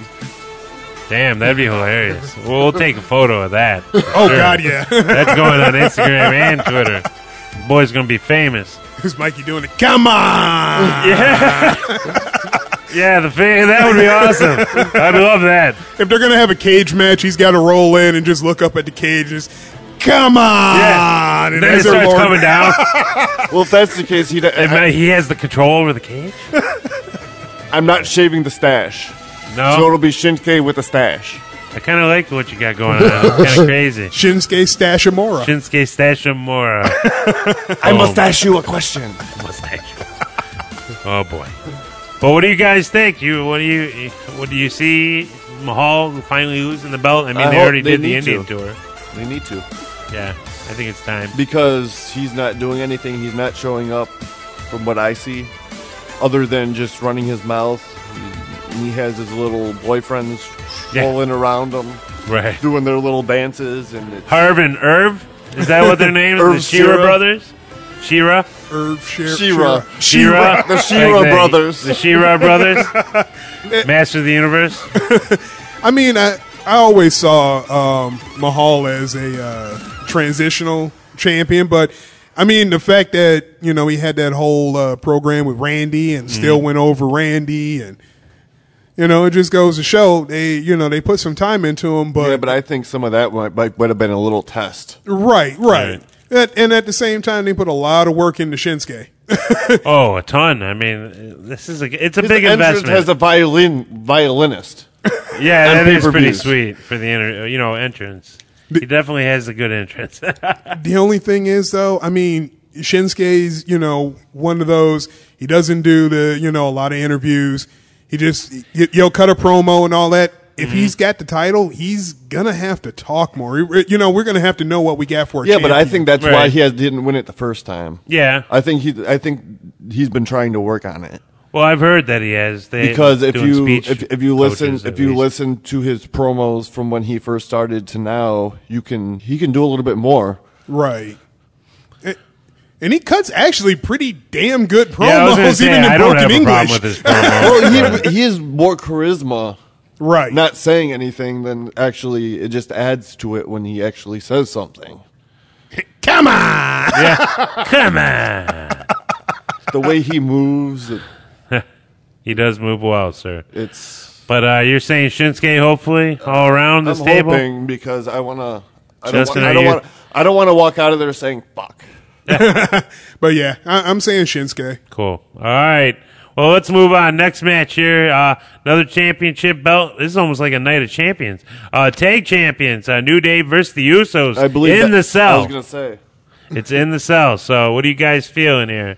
B: Damn, that'd
D: *laughs*
B: be hilarious. We'll, we'll take a photo of that.
C: Oh *laughs* God, yeah.
D: *laughs*
B: That's going on Instagram and Twitter. boy's going to be famous.
D: *laughs*
C: Who's Mikey doing it?
B: *laughs*
C: Come on!
B: Yeah. yeah, the fa- that would be awesome. I'd love that.
C: If they're gonna have a cage match, he's got to roll in and just look up at the cages. Come on!
D: Ah,
B: Yeah.
C: And
B: then it
C: as they're
B: starts
C: rolling-
B: coming
D: *laughs*
B: down.
D: Well, if that's the case, he,
B: And
D: I,
B: he has the control over the cage?
D: I'm not shaving the stash,
B: No.
D: so it'll be Shinsuke with a stash.
B: I kind of like what you got going on.
D: *laughs*
B: kind of crazy.
C: Shinsuke Stashimura.
B: Shinsuke Stashimura.
D: I must ask you a question.
B: *laughs* Oh boy. But what do you guys think? You what do you what do you see Mahal finally losing the belt? I mean,
D: I
B: they
D: hope
B: already
D: they
B: did the
D: need to.
B: Indian tour.
D: They need to
B: Yeah, I think it's time.
D: because he's not doing anything. He's not showing up, from what I see, other than just running his mouth. He, he has his little boyfriends
B: Yeah.
D: rolling around him,
B: Right.
D: doing their little dances, and it's
B: Herb and Irv. Is that what
D: *laughs*
B: their name is? The
D: Irv
B: Shira
D: Shira.
B: brothers. Shira.
C: Irv Shir-
D: She-Ra.
B: Shira.
D: The She-Ra
B: Like the-
D: brothers.
B: The Shira brothers.
D: *laughs*
B: *laughs* Master of the universe.
C: I mean, I I always saw um, Mahal as a uh, transitional champion, but I mean the fact that you know he had that whole uh, program with Randy
D: Mm-hmm.
C: and still went over Randy, and you know it just goes to show they you know they put some time into him, but,
D: Yeah, but I think some of that might, might would have been a little test.
C: right, right,
B: Right.
C: At- and at the same time they put a lot of work into Shinsuke.
B: Oh, a ton. I mean, this is a it's a big
D: His entrance
B: investment.
D: has a violin violinist.
B: Yeah,
D: on
B: that is pretty
D: pay-per-views.
B: sweet for the inter- you know entrance. He definitely has a good entrance. *laughs*
C: The only thing is, though, I mean, Shinsuke's, you know, one of those, he doesn't do the, you know, a lot of interviews. He just, y- you'll cut a promo and all that. If
B: Mm-hmm.
C: he's got the title, he's going to have to talk more. You know, we're going to have to know what we got for a
D: Yeah, but I
C: champion.
D: think that's why
B: Right.
D: he has, didn't win it the first time.
B: yeah.
D: I think he I think he's been trying to work on it.
B: Well, I've heard that he has. They,
D: because if
B: doing
D: you
B: speech
D: if, if you listen
B: coaches, at
D: if you
B: least.
D: listen to his promos from when he first started to now, you can he can do a little bit more.
C: Right. And- And he cuts actually pretty damn good promos,
B: yeah, I was gonna say
C: even in
B: I don't
C: broken
B: have a
C: English.
B: problem with his promo.
D: *laughs* well, he he has more charisma.
C: *laughs* Right.
D: Not saying anything than actually it just adds to it when he actually says something.
C: Come on.
B: yeah. Come on,
D: The
B: *laughs*
D: way he moves, it,
B: he does move well, sir.
D: it's
B: But uh, you're saying Shinsuke, hopefully, all around
D: I'm
B: this table.
D: hoping because I wanna. I don't,
B: Justin,
D: wa- I
B: are
D: don't
B: you-
D: want. I don't want to walk out of there saying "fuck."
C: But yeah, I, I'm saying Shinsuke.
B: Cool. All right. Well, let's move on. Next match here, uh, another championship belt. This is almost like a night of champions. Uh, tag champions, uh, New Day versus the Usos.
D: I believe
B: in
D: that-
B: the
D: I
B: cell.
D: was gonna say.
B: It's in the cell. So, what are you guys feeling here?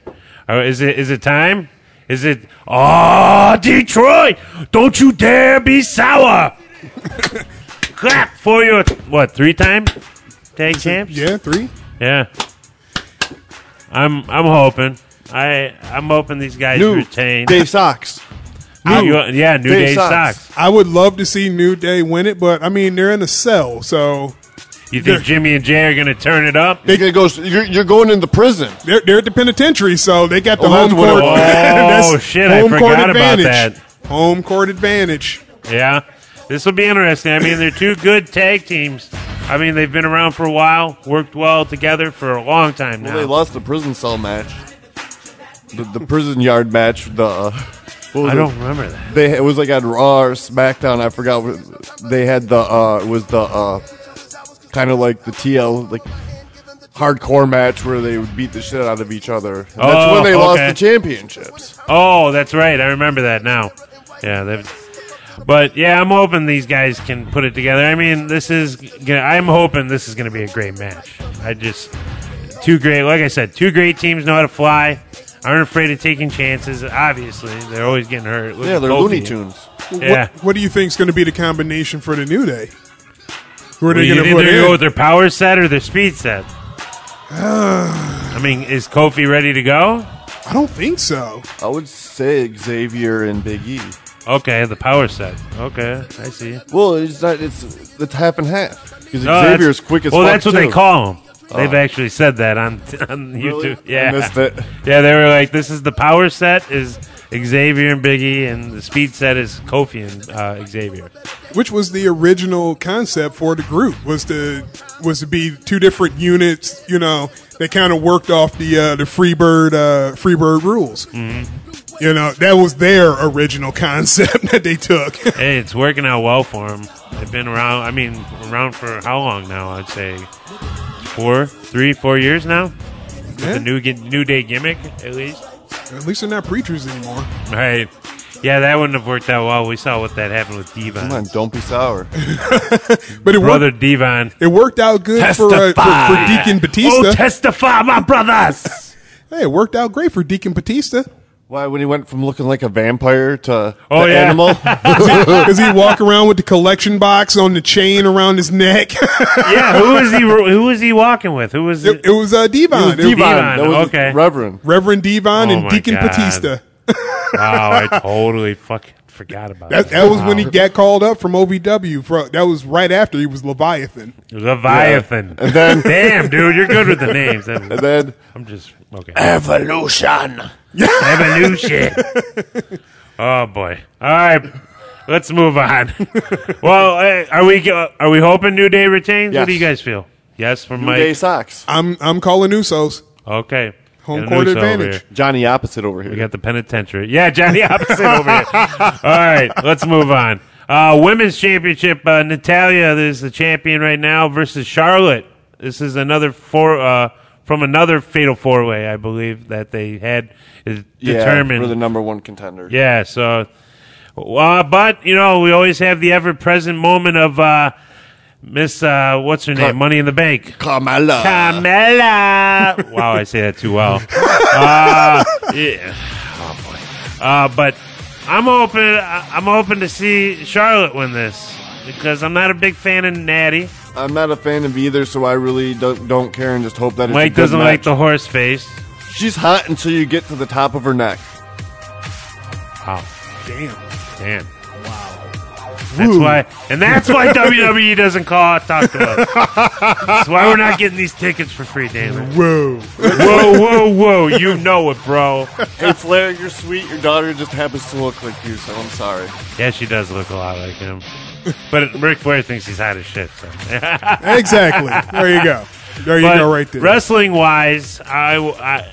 B: Uh, is it is it time? Is it? Oh, Detroit! Don't you dare be sour. *laughs* Clap for your what? Three time tag champs.
C: Yeah, three.
B: Yeah. I'm I'm hoping. I I'm hoping these guys
D: New
B: retain.
D: Dave Socks.
B: New- yeah, New
D: Dave
B: Day
D: Sox.
B: sucks.
C: I would love to see New Day win it, but I mean they're in a cell, so
B: You think Jimmy and Jay are going to turn it up?
D: You're, gonna go, you're, you're going into prison.
C: they're they're at the penitentiary, so they got the
D: Oh,
C: home
D: that's what it
C: court. *laughs*
D: was.
B: Oh, shit, I forgot about
C: advantage.
B: that.
C: Home court advantage.
B: Yeah. This will be interesting. I mean, they're two good tag teams. I mean, they've been around for a while, worked well together for a long time
D: Well, they
B: now.
D: lost the prison cell match, the, the prison yard match. The uh, what was
B: I
D: it?
B: don't remember that.
D: They it was like on Raw or SmackDown. I forgot. What, they had the uh, it was the uh, kind of like the TL like hardcore match where they would beat the shit out of each other. And that's
B: Oh,
D: when they lost
B: okay.
D: the championships.
B: Oh, that's right. I remember that now. Yeah, they've. But yeah, I'm hoping these guys can put it together. I mean, this is. gonna- I'm hoping this is going to be a great match. I just two great. Like I said, two great teams know how to fly. Aren't afraid of taking chances. Obviously, they're always getting hurt. Look
D: Yeah,
B: at
D: they're
B: both of
D: Looney
B: you.
D: Tunes.
B: Yeah.
C: What, what do you think is going to be the combination for the New Day? Who are
B: Well,
C: they
B: you
C: going to
B: think
C: put
B: they're gonna go
C: in?
B: with their power set or their speed
C: *sighs*
B: set? I mean, is Kofi ready to go?
C: I don't think so.
D: I would say Xavier and Big E.
B: Okay, the power set. Okay, I see.
D: Well, it's not. It's it's half and half because
B: No, that's-
D: Xavier's quick as
B: Well,
D: fuck,
B: that's what they
D: too. Oh.
B: call them. They've actually said that on *laughs* on
D: Really?
B: YouTube. Yeah,
D: I missed it.
B: *laughs* yeah, they were like, "This is the power set is Xavier and Biggie, and the speed set is Kofi and uh, Xavier."
C: which was the original concept for the group was to was to be two different units you know they kind of worked off the uh, the freebird uh, freebird rules
B: Mm-hmm.
C: you know that was their original *laughs* concept that they took
B: Hey, it's working out well for them. They've been around. I mean, around for how long now? I'd say four, three, four years now.
C: Yeah.
B: The new gi- new day gimmick, at least.
C: at least they're not preachers anymore
B: Right. Yeah, that wouldn't have worked out well. We saw what that happened with Devon.
D: Come on, don't be sour. *laughs*
C: but it
B: Brother
C: worked
B: Devon.
C: it worked out good for, uh, for, for Deacon Batista.
B: Oh, testify, my
C: *laughs*
B: brothers.
C: hey, it worked out great for Deacon Batista
D: Why, when he went from looking like a vampire to
B: Oh,
D: the
B: yeah. *laughs*
D: animal? *laughs*
C: *laughs* because he walk around with the collection box on the chain around his neck. *laughs*
B: yeah, who was he? Who was he walking with? Who was?
C: it, it was uh, Devon,
D: It was Devon. That
B: Devon,
D: was
B: okay.
D: Reverend.
C: Reverend Devon
B: Oh
C: and
B: my
C: Deacon
B: God.
C: Batista.
B: wow, Oh,
C: *laughs*
B: I totally fucking forgot about
C: That, that was when he got called up from OVW. For, that was right after he was Leviathan.
B: Leviathan.
C: *laughs*
D: And then-
B: *laughs* damn, dude, you're good with the names.
D: And then
B: I'm just okay.
D: evolution.
B: Evolution. *laughs* oh boy. All right. Let's move on. well, eh, are we are we hoping New Day retains? What do you
D: Yes.
B: guys feel? Yes, from
D: New
B: Mike.
D: Day socks.
C: I'm I'm calling Usos.
B: Okay.
C: Home
B: Got a
C: court
B: Noosa over
C: advantage.
B: here.
D: Johnny opposite over here.
B: We got the penitentiary. Yeah, Johnny opposite over here. All right, let's move on. Uh, women's championship. Uh, Natalia is the champion right now versus Charlotte. This is another four uh, from another fatal four way, I believe that they had is
D: yeah,
B: determined.
D: for the number one contender.
B: Yeah, so. Uh, but, you know, we always have the ever present moment of uh, Miss, uh, what's her name?
D: Car- Uh.
B: Money in the Bank.
D: Carmella.
B: Carmella. wow, I say that too well. Uh, yeah. Oh, boy. Uh, but I'm open. uh, I'm open to see Charlotte win this because I'm not a big fan of Natty.
D: I'm not a fan of either, so I really don't, don't care and just hope that it's a
B: Mike
D: good
B: doesn't like
D: match.
B: the horse face.
D: She's hot until you get to the top of her neck.
B: Wow.
C: Damn.
B: Damn. That's why, and that's
C: *laughs*
B: why WWE doesn't call Hot Talk to us. That's why we're not getting these tickets for free, damn it.
C: Whoa.
B: Whoa, whoa, whoa! You know it, bro.
D: hey, Flair, you're sweet. Your daughter just happens to look like you, so I'm sorry.
B: Yeah, she does look a lot like him, but Ric Flair thinks he's hot as shit. So.
C: exactly. There you go. There you
B: But
C: go. Right there.
B: Wrestling wise, I, w- I,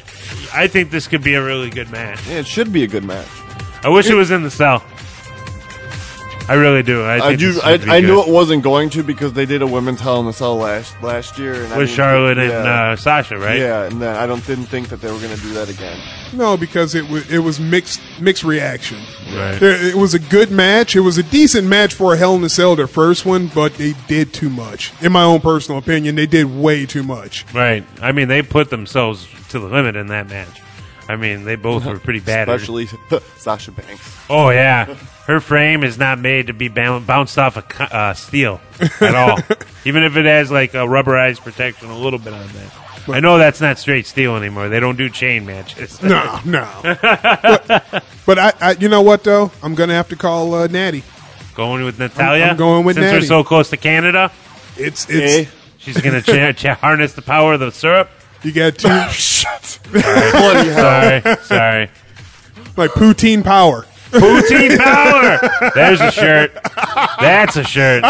B: I think this could be a really good match.
D: Yeah, it should be a good match.
B: I wish it was in the cell. I really do. I,
D: I
B: think
D: do.
B: this
D: Uh, I,
B: would be
D: I knew
B: good.
D: it wasn't going to because they did a women's Hell in a Cell last last year and I
B: with
D: didn't-
B: Charlotte and
D: yeah.
B: uh, Sasha, right?
D: Yeah, and then I don't didn't think that they were going to do that again.
C: No, because it was it was mixed mixed reaction.
B: Right.
C: There, it was a good match. It was a decent match for a Hell in a Cell, their first one, but they did too much. In my own personal opinion, they did way too much.
B: Right. I mean, they put themselves to the limit in that match. I mean, they both were pretty bad.
D: Especially *laughs* Sasha Banks.
B: Oh yeah, her frame is not made to be bou- bounced off of co- uh, steel at
C: *laughs*
B: all. Even if it has like a rubberized protection, a little bit on that. I know that's not straight steel anymore. They don't do chain
C: *laughs*
B: matches.
C: No, no. but but I, I, you know what though? I'm gonna have to call uh, Natty.
B: going with Natalia.
C: I'm going with
B: since
C: Natty.
B: we're so close to Canada.
C: It's it's
D: Eh?
B: She's gonna cha- cha- harness the power of the syrup.
C: you got two shit
D: Bloody hell.
B: Sorry, sorry.
C: like poutine power.
B: Poutine power. There's a shirt. That's a shirt.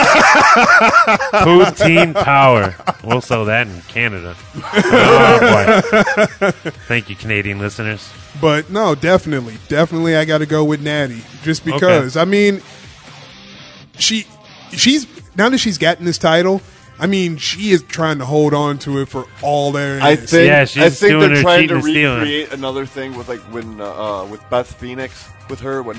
B: Poutine power. We'll sell that in Canada. Oh, boy. Thank you, Canadian listeners.
C: But no, definitely, definitely, I got to go with Natty just because. I mean, she, she's now that she's gotten this title. I mean, she is trying to hold on to it for all there is.
D: I think
B: Yeah, she's
D: I think
B: doing
D: they're
B: her
D: trying
B: cheating
D: to
B: and stealing.
D: recreate another thing with like when uh, uh, with Beth Phoenix with her when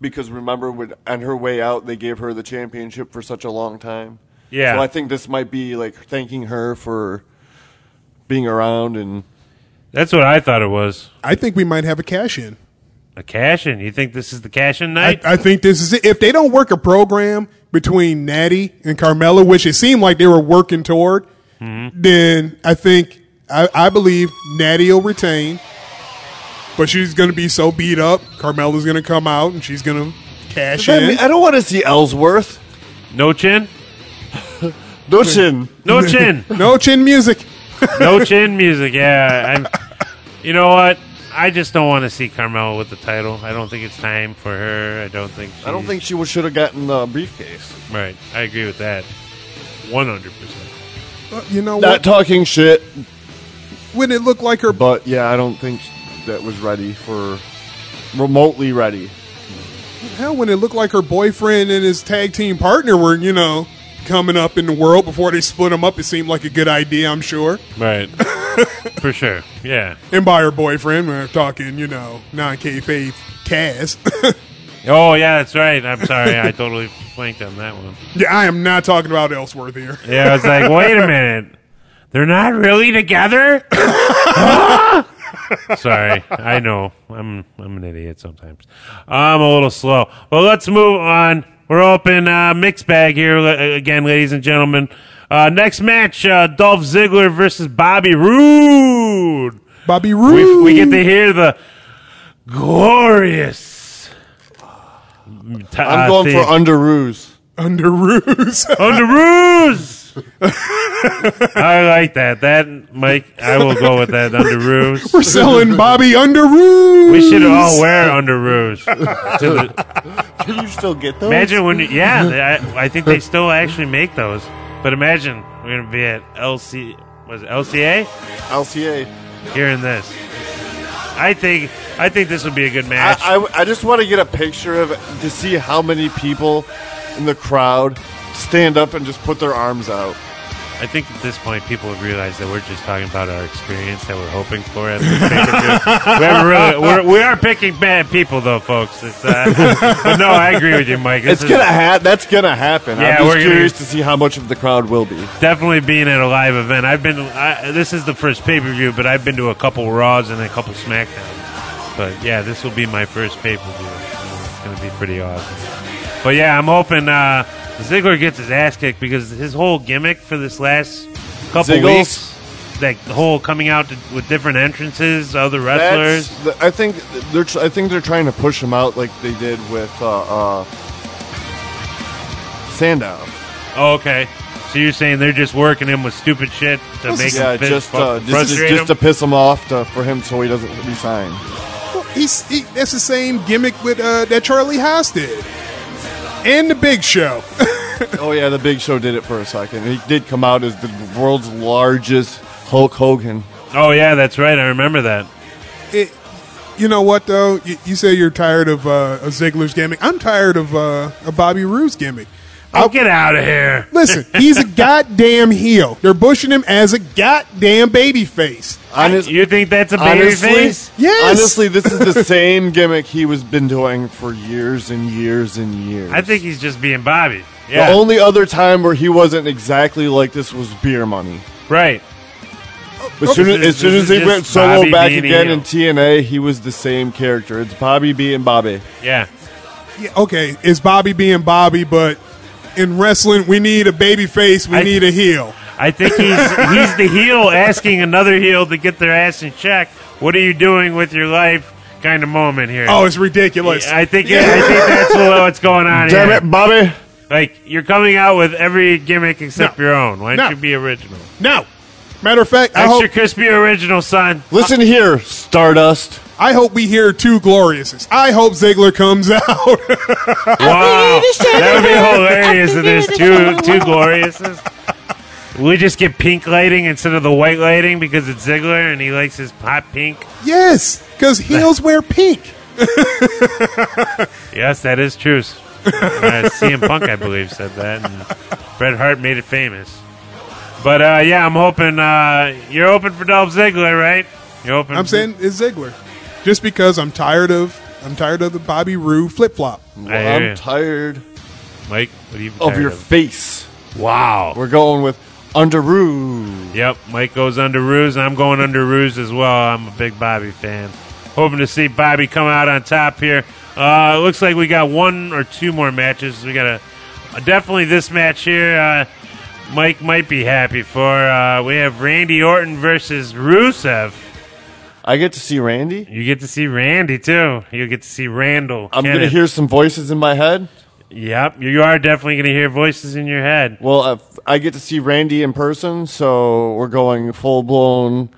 D: because remember when on her way out they gave her the championship for such a long time.
B: Yeah.
D: So I think this might be like thanking her for being around and
B: That's what I thought it was.
C: I think we might have a cash in.
B: A cash in. You think this is the cash in
C: I,
B: night?
C: I think this is it. If they don't work a program between Natty and Carmella, which it seemed like they were working toward, then I think I, I believe Natty will retain. But she's going to be so beat up, Carmella's going to come out and she's going to cash
D: I,
C: in.
D: mean, I don't want to see Ellsworth.
B: no chin?
D: No chin.
B: No chin.
C: No chin music.
B: no chin music. Yeah, I'm, you know what? I just don't want to see Carmella with the title. I don't think it's time for her. I don't think.
D: I don't
B: she's-
D: think she should have gotten the briefcase.
B: Right. I agree with that. One hundred percent.
C: Uh, You know
D: Not
C: what?
D: talking shit,
C: When it looked like her,
D: but yeah, I don't think that was ready for remotely ready.
C: hell, when it looked like her boyfriend and his tag team partner were, you know, coming up in the world before they split them up, it seemed like a good idea, I'm sure.
B: *laughs* Right. for sure. Yeah.
C: and by her boyfriend. We're talking, you know, non kayfabe Cass.
B: Oh yeah, that's right. I'm sorry. I totally blanked on that one.
C: *laughs* yeah, I am not talking about Ellsworth here.
B: Yeah, I was like, wait a minute. They're not really together. *laughs* Sorry, I know I'm I'm an idiot sometimes. I'm a little slow. Well, let's move on. We're open uh, mixed bag here uh, again, ladies and gentlemen. Uh, next match: uh, Dolph Ziggler versus Bobby Roode.
C: Bobby
B: We,
C: Roode.
B: we get to hear the glorious.
D: I'm going for under ruse.
C: under ruse.
B: under ruse.
D: *laughs*
B: I like that. That Mike, I will go with that under ruse.
C: *laughs* we're selling Bobby under ruse.
B: We should all wear under ruse. To the,
D: Can *laughs* you still get those?
B: imagine when, yeah, they- I, I think they still actually make those. But imagine we're gonna be at LC, was it LCA
D: LCA.
B: hearing this. I think I think this would be a good match.
D: I, I, I just want to get a picture of to see how many people in the crowd stand up and just put their arms out.
B: I think at this point people have realized that we're just talking about our experience that we're hoping for. At this pay-per-view. we haven't really, we're, we are picking bad people though, folks. It's, uh, *laughs* but no, I agree with you, Mike. This
D: It's
B: is
D: gonna ha- That's gonna happen.
B: Yeah,
D: I'm just
B: we're gonna-
D: curious to see how much of the crowd will be.
B: definitely being at a live event. I've been. I, this is the first pay per view, but I've been to a couple Raws and a couple Smackdowns. But yeah, this will be my first pay per view. It's gonna be pretty awesome. But yeah, I'm hoping uh, Ziggler gets his ass kicked because his whole gimmick for this last couple
D: Ziggles?
B: weeks. that whole coming out to, with different entrances, other wrestlers.
D: That's, th- I think they're. tr- I think they're trying to push him out like they did with uh, uh, Sandow.
B: oh, okay. So you're saying they're just working him with stupid shit to make
D: yeah,
B: him piss,
D: just
B: fu-
D: uh, just,
B: frustrate
D: just to
B: him?
D: piss him off to, for him so he doesn't resign.
C: Well, he's he, that's the same gimmick with uh, that Charlie Haas did, and the Big Show.
D: oh yeah, the Big Show did it for a second. He did come out as the world's largest Hulk Hogan.
B: oh yeah, that's right. I remember that.
C: It, you know what though? You, you say you're tired of uh, of Ziggler's gimmick. I'm tired of uh, a Bobby Roode's gimmick.
B: Oh, get out of here.
C: *laughs* Listen, he's a goddamn heel. They're bushing him as a goddamn baby face.
D: Honest-
B: you think that's a baby
D: honestly,
B: face?
C: Yes.
D: Honestly, this is the same gimmick he was been doing for years and years and years.
B: I think he's just being Bobby. Yeah,
D: The only other time where he wasn't exactly like this was beer money.
B: right.
D: As soon as,
B: This
D: as, soon
B: is
D: as they
B: just
D: went solo
B: Bobby
D: back
B: being
D: again
B: heel.
D: in TNA, he was the same character. It's Bobby B and Bobby.
B: Yeah.
C: Yeah, okay, it's Bobby being Bobby, but in wrestling, we need a baby face, we
B: I-
C: need a heel.
B: I think he's he's the heel asking another heel to get their ass in check. What are you doing with your life? Kind of moment here.
C: Oh, it's ridiculous.
B: I think I think that's what's going on
D: Damn
B: here.
D: it, Bobby!
B: Like you're coming out with every gimmick except
C: No.
B: your own. Why don't
C: No.
B: you be original?
C: no. Matter of fact, I
B: Extra
C: hope,
B: crispy original, son.
D: Listen here, Stardust.
C: I hope we hear two gloriouses. I hope Ziggler comes *laughs* out.
B: Wow, *laughs* that would be hilarious if there's two two gloriouses. We just get pink lighting instead of the white lighting because it's Ziggler and he likes his pot pink.
C: yes, because heels wear pink.
B: Yes, that is true. uh, CM Punk, I believe, said that, and Bret Hart made it famous. But uh, yeah, I'm hoping uh, you're open for Dolph Ziggler, right? You're open.
C: I'm saying it's Ziggler, just because I'm tired of I'm tired of the Bobby Roode flip flop.
B: I hear
D: I'm
B: you.
D: tired
B: Mike, what are you
D: of
B: tired
D: your face.
B: Wow.
D: We're going with Underoo.
B: Yep, Mike goes under ruse. I'm going under ruse as well. I'm a big Bobby fan. Hoping to see Bobby come out on top here. Uh, it looks like we got one or two more matches. We got a definitely this match here. Uh, Mike might be happy for. Uh, we have Randy Orton versus Rusev.
D: I get to see Randy.
B: You get to see Randy too. You'll get to see Randall.
D: I'm going to
B: Kenneth.
D: hear some voices in my head.
B: Yep, you are definitely going to hear voices in your head.
D: Well, uh, I get to see Randy in person, so we're going full blown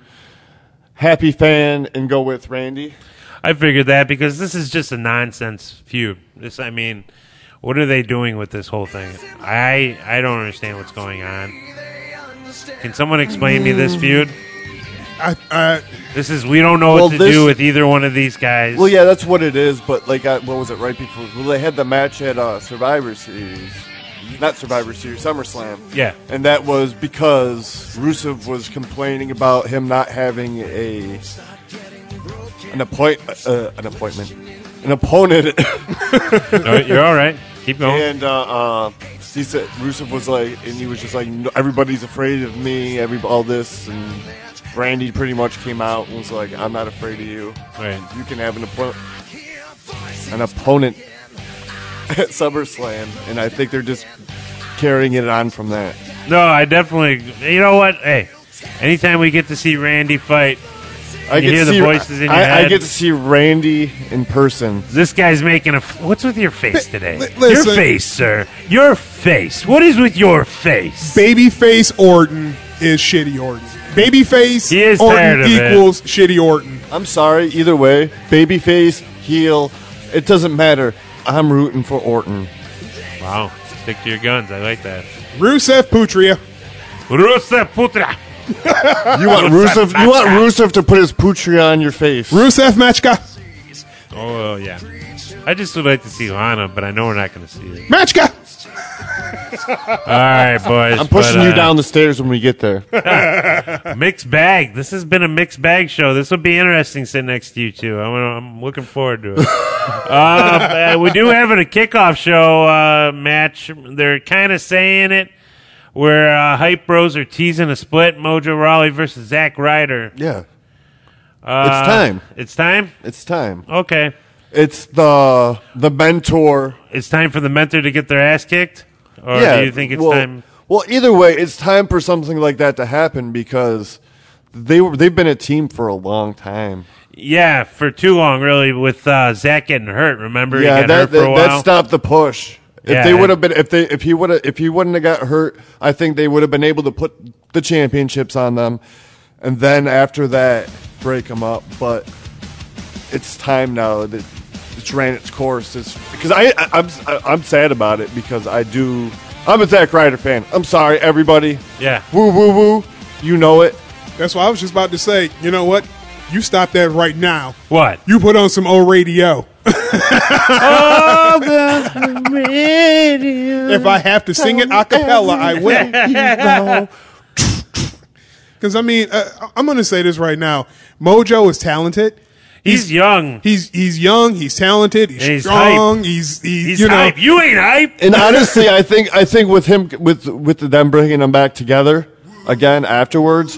D: happy fan and go with Randy.
B: I figured that because this is just a nonsense feud. This, I mean, what are they doing with this whole thing? I I don't understand what's going on. Can someone explain me this feud?
C: I, I
B: This is we don't know
D: Well,
B: what to
D: this-
B: do with either one of these guys.
D: Well, yeah, that's what it is. But like, I, what was it right before? Well, they had the match at uh, Survivor Series, not Survivor Series, SummerSlam.
B: Yeah.
D: and that was because Rusev was complaining about him not having a an appoint uh, an appointment, an opponent, *laughs*
B: No, you're all right. Keep going.
D: and uh, uh, he said Rusev was like, and he was just like, "No, everybody's afraid of me, every all this, and Randy pretty much came out and was like, I'm not afraid of you.
B: Right.
D: You can have an opponent, an opponent *laughs* at SummerSlam, and I think they're just carrying it on from that.
B: No, I definitely. You know what? Hey, anytime we get to see Randy fight,
D: I
B: You hear the voices in your
D: I, I
B: head?
D: get to see Randy in person.
B: This guy's making a. F- What's with your face today?
C: li- listen.
B: Your face, sir. Your face. What is with your face?
C: babyface Orton is shitty Orton. Babyface
B: He is tired
C: Orton
B: of it.
C: equals shitty Orton.
D: I'm sorry, either way, babyface, heel, it doesn't matter. I'm rooting for Orton.
B: Wow. Stick to your guns. I like that.
C: Rusev Putria.
B: Rusev Putra.
D: You want
B: Rusev-
D: Rusev? You want Rusev to put his putria on your face?
C: Rusev Machka.
B: Oh, yeah. I just would like to see Lana, but I know we're not going to see it.
C: Machka.
B: All right,
D: *laughs*
B: boys.
D: I'm pushing
B: but,
D: you
B: uh,
D: down the stairs when we
B: *laughs*
D: get there.
B: Mixed bag. This has been a mixed bag show. This will be interesting sitting next to you two. I'm, I'm looking forward
D: *laughs*
B: to it. uh, uh, we do have it a kickoff show uh, match. They're kind of saying it. Where uh, hype bros are teasing a split, Mojo Raleigh versus Zack Ryder.
D: yeah,
B: Uh,
D: It's time.
B: It's time.
D: it's time.
B: Okay,
D: It's the the mentor.
B: it's time for the mentor to get their ass kicked. Or
D: yeah,
B: do you think it's
D: well,
B: time?
D: Well, either way, it's time for something like that to happen because They were they've been a team for a long time.
B: Yeah, for too long, really, with uh, Zach getting hurt. Remember, he
D: yeah,
B: got
D: that,
B: hurt for a
D: that, that
B: while.
D: stopped the push. If
B: Yeah,
D: they
B: and-
D: would have been, if they, if he would have, if he wouldn't have got hurt, I think they would have been able to put the championships on them, and then after that, break them up. But it's time now that it's ran its course. It's because I, I I'm I'm sad about it because I do. I'm a Zack Ryder fan. I'm sorry, everybody.
B: Yeah.
D: Woo woo woo. You know it.
C: That's why I was just about to say. You know what? You stop that right now.
B: what?
C: You put on some old radio.
B: *laughs*
C: If I have to sing it a cappella, I will. Because I mean, uh, I'm going to say this right now. Mojo is talented.
B: He's young.
C: He's he's young. He's talented. He's,
B: And he's
C: strong. He's, he's
B: He's
C: you know.
B: hype. You ain't hype.
D: And honestly, I think I think with him with with them bringing him back together again afterwards,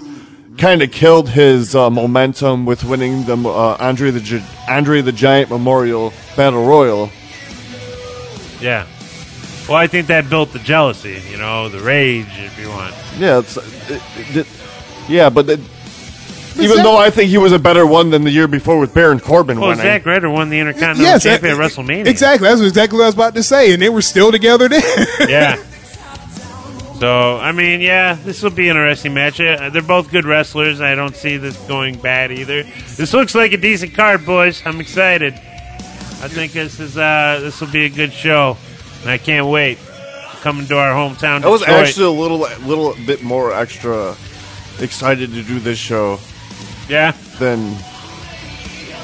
D: kind of killed his uh, momentum with winning the uh, Andre the Gi- Andre the Giant Memorial Battle Royal.
B: Yeah. Well, I think that built the jealousy, you know, the rage, if you want.
D: Yeah, it's, it, it- it- yeah, but it- even though I think he was a better one than the year before with Baron Corbin
B: Well,
D: winning.
B: Zack Ryder won the Intercontinental
C: Yes,
B: Champion
D: e-
C: uh,
B: at WrestleMania.
C: Exactly. That's exactly what I was about to say. And they were still
B: *laughs*
C: together then.
B: Yeah. So, I mean, yeah, this will be an interesting match. Uh, They're both good wrestlers. I don't see this going bad either. This looks like a decent card, boys. I'm excited. I think this is uh, this will be a good show, and I can't wait. Coming to our hometown.
D: I was
B: Detroit.
D: actually a little little bit more extra excited to do this show
B: yeah.
D: than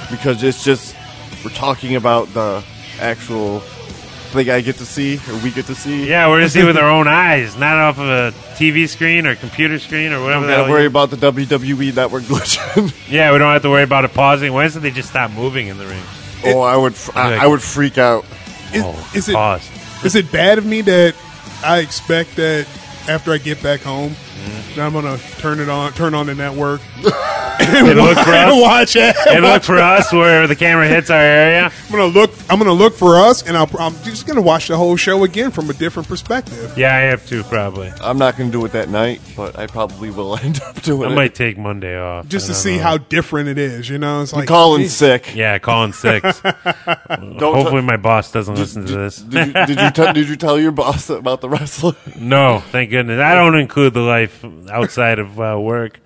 D: because it's just we're talking about the actual thing I get to see or we get to see.
B: Yeah, we're gonna see with our own eyes, not off of a TV screen or computer screen or whatever.
D: We
B: the hell
D: gotta
B: you-
D: worry about the WWE network *laughs* glitching.
B: Yeah, we don't have to worry about it pausing. Why doesn't they just stop moving in the ring?
D: oh, I would, fr- I, I would freak out.
C: Is-
B: Oh,
C: is it-
B: pause.
C: Is it bad of me that I expect that after I get back home,
B: Mm-hmm.
C: that I'm gonna turn it on, turn on the network,
B: And
C: *laughs*
B: look for
C: and
B: us.
C: watch it?
B: And look for us where the camera hits our area.
C: I'm gonna look. I'm gonna look for us, and I'll, I'm just gonna watch the whole show again from a different perspective.
B: Yeah, I have to probably.
D: I'm not gonna do it that night, but I probably will *laughs* end up
B: I
D: doing it.
B: might take Monday off
C: Just
B: I
C: to
B: don't
C: see
B: know.
C: how different it is, you know. It's like
D: Calling sick.
B: Yeah, calling
C: *laughs*
B: six.
D: Don't
B: Hopefully, my boss doesn't listen to
D: did,
B: this.
D: Did you, did, you tell did you tell your boss about the wrestling?
B: *laughs* No, thank goodness. I don't include the life outside of uh,
C: *laughs*
B: work.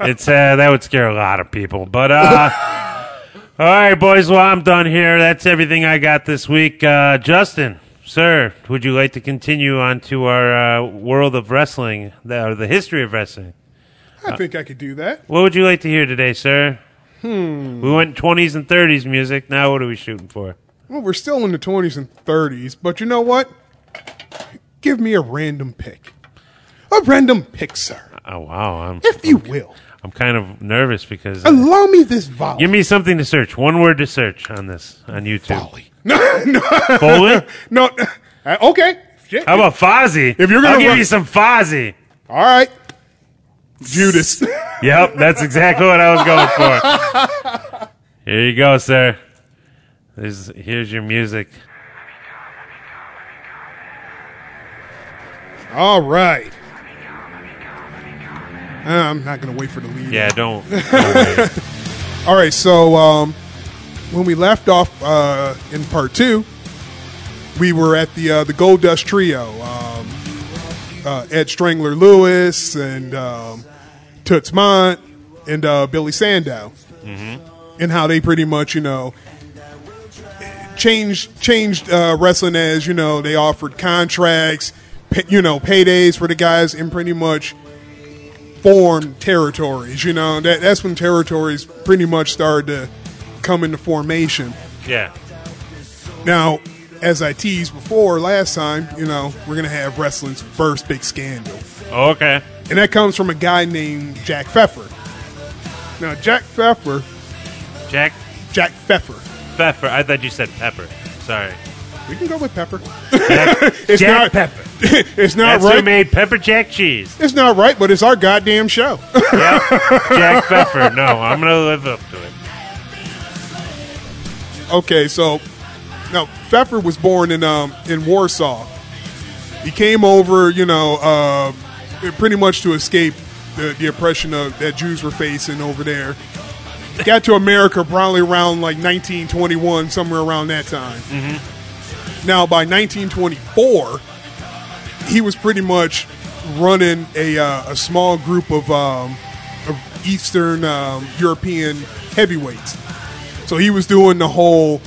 B: It's uh, that would scare a lot of people. But
C: *laughs*
B: uh, all right, boys. Well, I'm done here. That's everything I got this week. Uh, Justin, sir, would you like to continue on to our uh, world of wrestling, the, or the history of wrestling?
C: I think I could do that.
B: What would you like to hear today, sir? Hmm. We went 20s and 30s music. Now, what are we shooting for?
C: Well, we're still in the 20s and 30s, but you know what? Give me a random pick, a random pick, sir,
B: Oh wow, I'm
C: if you will.
B: I'm kind of nervous because uh,
C: Allow me this volley.
B: give me something to search. One word to search on this on YouTube.
C: *laughs* volley. No, no,
B: Foley?
C: no. *laughs* Uh, okay. Shit.
B: How about Fozzy?
C: If you're gonna
B: I'll give
C: run-
B: you some Fozzy.
C: All right. Judas. *laughs*
B: Yep, that's exactly what I was going for.
C: *laughs*
B: Here you go, sir. There's, here's your music.
C: All right. Uh, I'm not going to wait for the lead.
B: Yeah, don't. don't wait.
C: All right. So um, when we left off uh, in part two, we were at the uh, the Gold Dust Trio, um, uh, Ed Strangler Lewis and um, Toots Mont and uh, Billy Sandow, and how they pretty much you know changed changed uh, wrestling as you know they offered contracts, pay, you know paydays for the guys, and pretty much formed territories. You know that that's when territories pretty much started to come into formation.
B: yeah.
C: Now, as I teased before last time, you know, we're going to have wrestling's first big scandal.
B: Oh, okay.
C: And that comes from a guy named Jack Pfeffer. Now, Jack Pfeffer,
B: Jack
C: Jack Pfeffer.
B: Pepper. I thought you said Pepper.
C: *laughs*
B: Sorry.
C: We can go with Pepper. *laughs*
B: Jack, Jack
C: not-
B: Pepper.
C: it's not
B: That's who
C: right.
B: made Pepper Jack Cheese.
C: It's not right, but it's our goddamn show.
B: Yep.
C: *laughs*
B: Jack Pepper. No, I'm going to live up to it.
C: okay, so now Pfeffer was born in um, in Warsaw. He came over, you know, uh, pretty much to escape the, the oppression of that Jews were facing over there. Got to America probably around like 1921, somewhere around that time. Now by 1924, he was pretty much running a, uh, a small group of, um, of Eastern um, European heavyweights. So he was doing the whole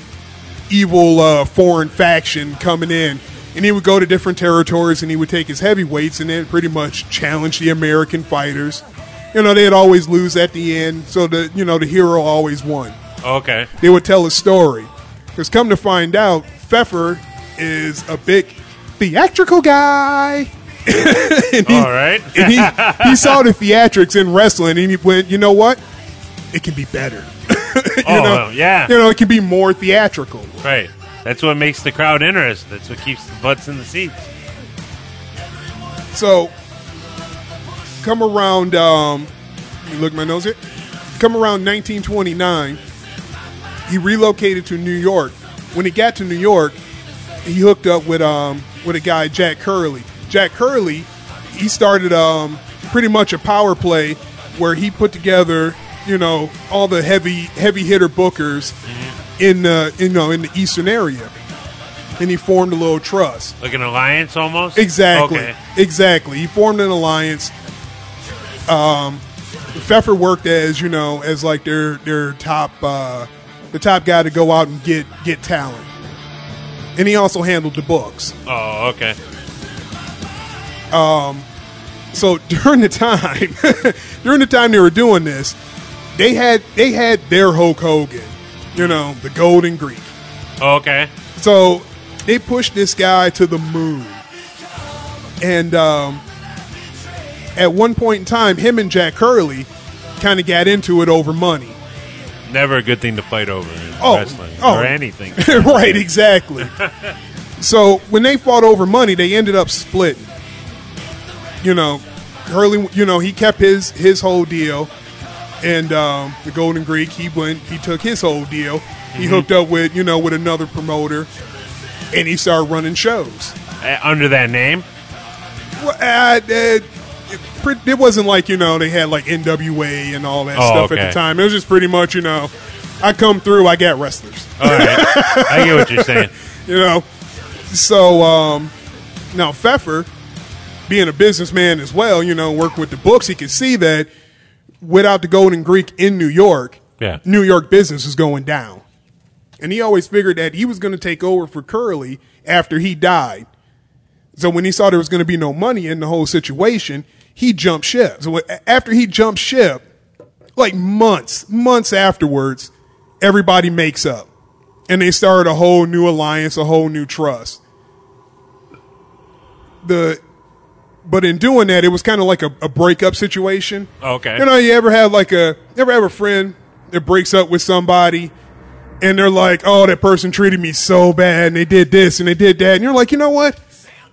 C: evil uh, foreign faction coming in. And he would go to different territories and he would take his heavyweights and then pretty much challenge the American fighters. You know, they'd always lose at the end, so the you know, the hero always won.
B: Okay.
C: They would tell a story. Because come to find out, Pfeffer is a big theatrical guy. *laughs* and he,
B: All right.
C: and he, he saw the theatrics in wrestling and he went, you know what? It can be better. *laughs* you
B: Oh, well, yeah.
C: You know, it can be more theatrical.
B: Right. That's what makes the crowd interested. That's what keeps the butts in the seats.
C: So, come around. Um, you look at my nose here. Come around 1929, he relocated to New York. When he got to New York, he hooked up with um, with a guy Jack Curley. Jack Curley, he started um, pretty much a power play where he put together, you know, all the heavy heavy hitter bookers in the you know in the eastern area, and he formed a little trust.
B: Like an alliance almost?
C: Exactly.
B: Okay.
C: Exactly. He formed an alliance. Um, Pfeffer worked as you know as like their their top uh, the top guy to go out and get get talent, and he also handled the books.
B: Oh, okay.
C: So *laughs* during the time *laughs* during the time they were doing this, they had they had their Hulk Hogan, you know, the Golden Greek.
B: Okay.
C: So they pushed this guy to the moon. And um, at one point in time, him and Jack Curley kind of got into it over money.
B: Never a good thing to fight over in
C: Oh,
B: wrestling
C: oh. *laughs*
B: or anything.
C: right, exactly. so when they fought over money, they ended up splitting. You know, Curly, you know, he kept his his whole deal, and um, the Golden Greek, he went, he took his whole deal. He
B: Mm-hmm.
C: hooked up with, you know, with another promoter, and he started running shows.
B: Uh, Under that name?
C: Well, uh, uh, it, pre- it wasn't like you know they had like NWA and all that
B: Oh,
C: stuff at
B: okay.
C: the time. It was just pretty much you know, I come through, I got wrestlers,
B: All right. I get what you're
C: *laughs*
B: saying.
C: you know. So um, now Pfeffer, being a businessman as well, you know, work with the books, he could see that without the Golden Greek in New York,
B: Yeah.
C: New York business is going down, and he always figured that he was going to take over for Curly after he died. So when he saw there was going to be no money in the whole situation, he jumped ship. So a- after he jumped ship, like months, months afterwards, everybody makes up. And they started a whole new alliance, a whole new trust. The but in doing that, it was kind of like a, a breakup situation.
B: Oh, Okay.
C: You know, you ever have like a you ever have a friend that breaks up with somebody and they're like, "Oh, that person treated me so bad, and they did this and they did that," and you're like, "You know what?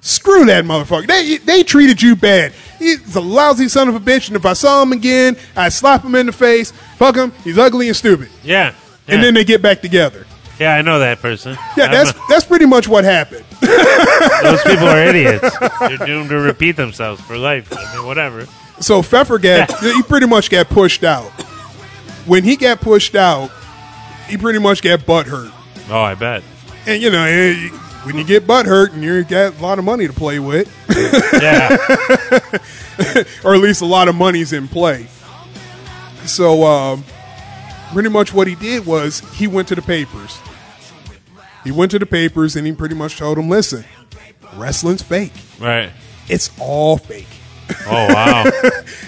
C: Screw that motherfucker. They they treated you bad. He's a lousy son of a bitch, and if I saw him again, I'd slap him in the face. Fuck him. He's ugly and stupid."
B: Yeah. Yeah,
C: And then they get back together.
B: yeah I know that person.
C: Yeah,
B: I'm
C: that's *laughs* that's pretty much what happened. *laughs*
B: not- those people are idiots. They're doomed to repeat themselves for life. I mean, whatever.
C: So Pfeffer got he pretty much got pushed out. When he got pushed out, he pretty much got butt hurt.
B: Oh, I bet.
C: And you know, eh, when you get butt hurt and you got a lot of money to play with, *laughs*
B: Yeah.
C: or at least a lot of money's in play. So, um, pretty much what he did was he went to the papers. He went to the papers and he pretty much told them, "Listen, wrestling's fake.
B: right.
C: It's all fake." *laughs*
B: Oh, wow.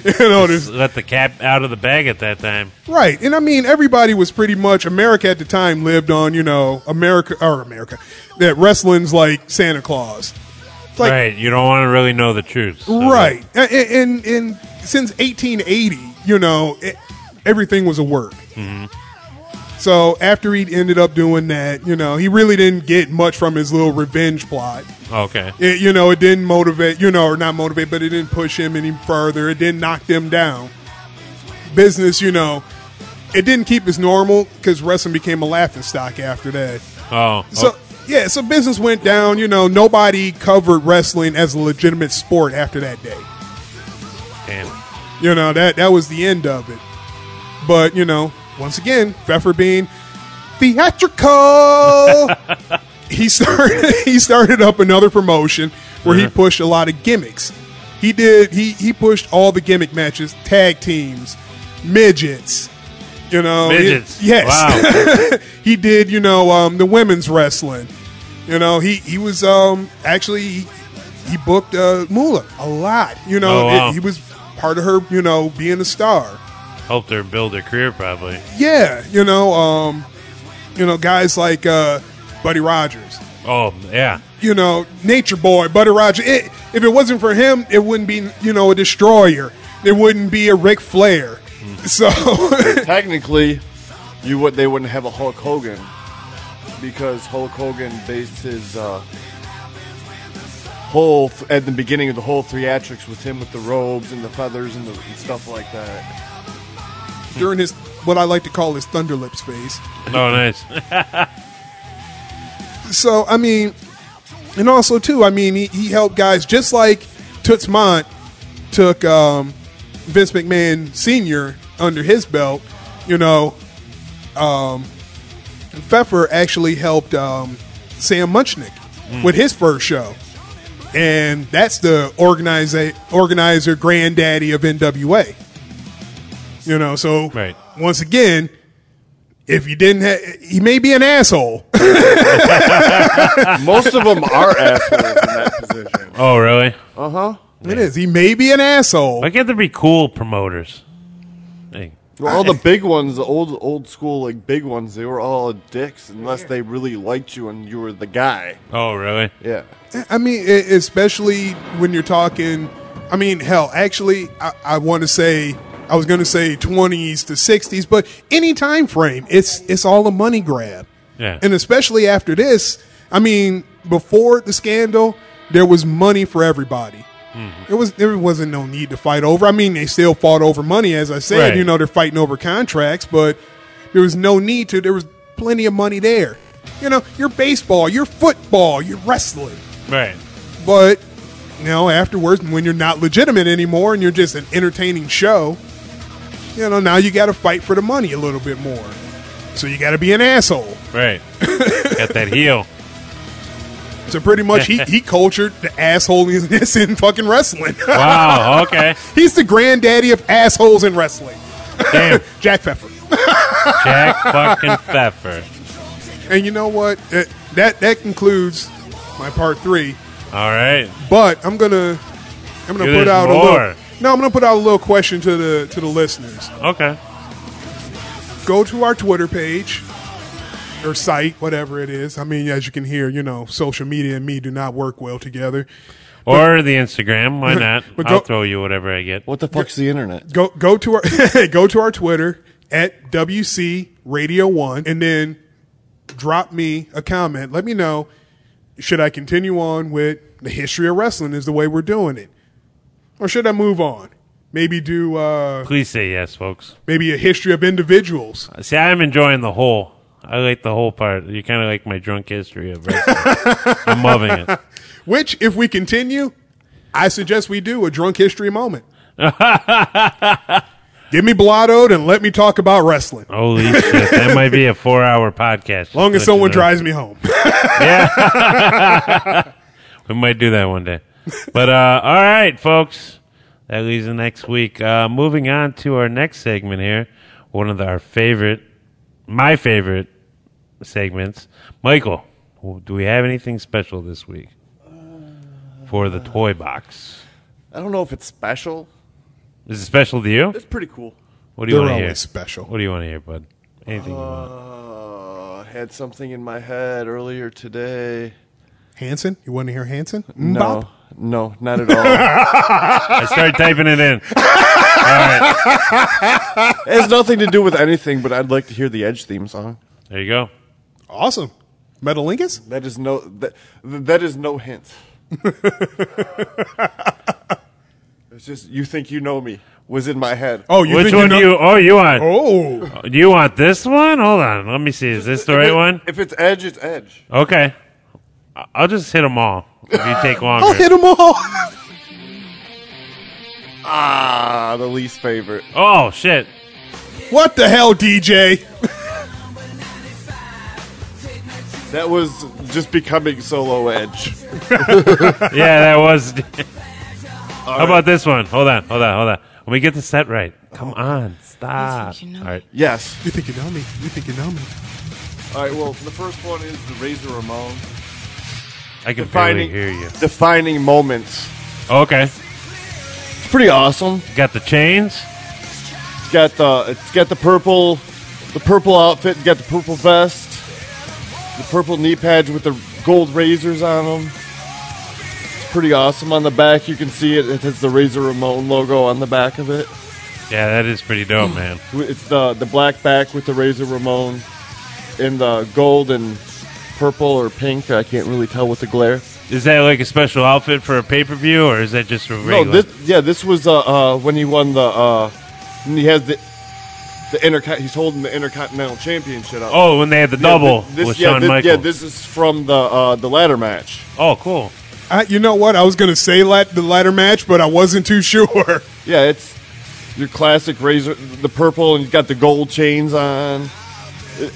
C: you know, this,
B: Let the cat out of the bag at that time.
C: Right, and I mean everybody was pretty much America at the time lived on you know America or America that wrestling's like Santa Claus, Like-
B: right. You don't want to really know the truth. so-
C: right? And, and, and since 1880, you know it, everything was a work. So after he ended up doing that, you know he really didn't get much from his little revenge plot.
B: Okay.
C: It, you know it didn't motivate, you know, or not motivate, but it didn't push him any further. It didn't knock them down. Business, you know, it didn't keep his normal because wrestling became a laughing stock after that.
B: Oh.
C: So yeah, so business went down. You know, nobody covered wrestling as a legitimate sport after that day.
B: oh, damn.
C: You know that that was the end of it. But you know, once again, Pfeffer being theatrical,
B: *laughs*
C: he started *laughs* he started up another promotion where he pushed a lot of gimmicks. He did he he pushed all the gimmick matches, tag teams, midgets. You know, he-
B: Midgets.
C: yes, *laughs*
B: Wow.
C: he did, you know, um, the women's wrestling. You know, he he was um, actually he, he booked uh, Moolah a lot. You know,
B: Oh, wow.
C: It- he was part of her, you know, being a star.
B: Helped her build her career, probably.
C: Yeah, you know, um, you know, guys like uh, Buddy Rogers.
B: Oh, yeah.
C: You know, Nature Boy, Buddy Rogers. It, if it wasn't for him, it wouldn't be, you know, a Destroyer. It wouldn't be a Ric Flair.
B: Hmm.
C: So *laughs*
D: Technically, you would they wouldn't have a Hulk Hogan because Hulk Hogan based his uh, whole th- at the beginning of the whole theatrics with him with the robes and the feathers and, the, and stuff like that.
C: during his what I like to call his Thunderlips phase.
B: Oh, nice. *laughs*
C: So I mean, and also too, I mean, he, he helped guys just like Toots Mont took um, Vince McMahon Senior under his belt. You know, um, Pfeffer actually helped um, Sam Munchnick with his first show, and that's the organizer, organizer granddaddy of NWA. You know, so
B: Right.
C: once again, if you didn't, ha- he may be an asshole.
D: Most of them *laughs* are assholes in that position.
B: Oh, really?
C: It is. He may be an asshole.
B: Why can't there be cool promoters? Hey.
D: Well, all the big ones, the old old school like big ones, they were all dicks unless they really liked you and you were the guy.
B: Oh, really?
D: Yeah.
C: I mean, e- especially when you're talking. I mean, hell, actually, I, I want to say I was going to say 20s to 60s, but any time frame, it's it's all a money grab.
B: Yeah.
C: And especially after this, I mean, before the scandal, there was money for everybody. There was there wasn't no need to fight over. I mean, they still fought over money, as I said.
B: Right.
C: You know, they're fighting over contracts, but there was no need to. There was plenty of money there. You know, your baseball, your football, your wrestling.
B: Right.
C: But you know, afterwards, when you're not legitimate anymore and you're just an entertaining show, you know, now you got to fight for the money a little bit more. So you got to be an asshole.
B: Right. Got that heel.
C: So pretty much, he he cultured the assholeness in *laughs* fucking wrestling. *laughs*
B: Wow. Okay.
C: He's the granddaddy of assholes in wrestling.
B: Damn.
C: Jack Pfeffer.
B: Jack fucking Pfeffer.
C: And you know what? That that, that concludes my part three.
B: All right.
C: But I'm gonna I'm gonna
B: Dude,
C: put
B: there's
C: out a
B: more.
C: little. No, I'm gonna put out a little question to the to the listeners.
B: Okay.
C: go to our Twitter page or site, whatever it is. I mean, as you can hear, you know, social media and me do not work well together.
B: Or the Instagram. Why not?
C: But
B: I'll
C: go-
B: throw you whatever I get.
D: What the fuck's the internet?
C: Go go to our *laughs* go to our Twitter at WC Radio One, and then drop me a comment. Let me know should I continue on with the history of wrestling is the way we're doing it, or should I move on? Maybe do uh,
B: Please say yes, folks.
C: maybe a history of individuals.
B: See, I'm enjoying the whole. I like the whole part. You kind of like my drunk history of wrestling.
C: *laughs*
B: I'm loving it.
C: Which, if we continue, I suggest we do a drunk history moment. Give me blottoed and let me talk about wrestling.
B: Holy shit. That might be a four hour podcast. Just let
C: long as
B: you
C: someone
B: know.
C: drives me home. *laughs*
B: Yeah. *laughs* we might do that one day. But uh, all right, folks. That leaves the next week. Uh, moving on to our next segment here. One of our favorite, my favorite segments. Michael, do we have anything special this week for the toy box?
D: I don't know if it's special.
B: Is it special to you?
D: It's pretty cool.
B: What do you
C: They're
B: want to hear?
C: always special.
B: What do you want to hear, bud? Anything you want.
D: Uh, I had something in my head earlier today.
C: Hanson, you want to hear Hanson?
D: No, no, not
C: *laughs*
D: at all.
B: I started typing it in.
D: it has nothing to do with anything, but I'd like to hear the Edge theme song.
B: There you go.
C: Awesome. Metalingus?
D: That is no that that is
C: *laughs*
D: no hint. it's just you think you know me was in my head.
C: Oh, you
B: Which
C: think
B: one
C: you, know-
B: do you? Oh, you want?
C: Oh,
B: Do you want this one? Hold on. Let me see. Is this the right one?
D: If it's Edge, it's Edge.
B: Okay. I- I'll just hit them all if you take
C: I'll
B: longer.
C: hit them all.
D: Ah, the least favorite.
B: Oh shit!
C: *laughs* What the hell, DJ?
D: That was just becoming solo edge.
B: Yeah, that was. How about this one? Hold on, hold on, hold on. When we get the set right, come on, stop.
E: you know
B: All right,
D: Yes.
C: You think you know me? You think you know me?
D: All right. Well, the first one is the Razor Ramon
B: I can barely
D: defining
B: hear you.
D: defining moments.
B: Okay,
D: It's pretty awesome.
B: got the chains.
D: It's got the it's got the purple the purple outfit. It's got the purple vest, the purple knee pads with the gold razors on them. It's pretty awesome. On the back, you can see it. It has the Razor Ramon logo on the back of it.
B: Yeah, that is pretty dope, man.
D: It's the the black back with the Razor Ramon in the gold and purple or pink. I can't really tell with the glare.
B: Is that like a special outfit for a pay per view, or is that just for regular?
D: No, this yeah, this was uh, uh, when he won the uh, when he has the the intercon. He's holding the Intercontinental Championship up.
B: oh, when they had the
D: Yeah,
B: double
D: thi- this,
B: with
D: yeah,
B: Shawn
D: thi-
B: Michaels.
D: yeah, this is from the uh, the ladder match.
B: oh, cool.
C: I, you know what? I was going to say lat- the latter match, but I wasn't too sure. *laughs*
D: Yeah, it's your classic razor, the purple, and you got the gold chains on.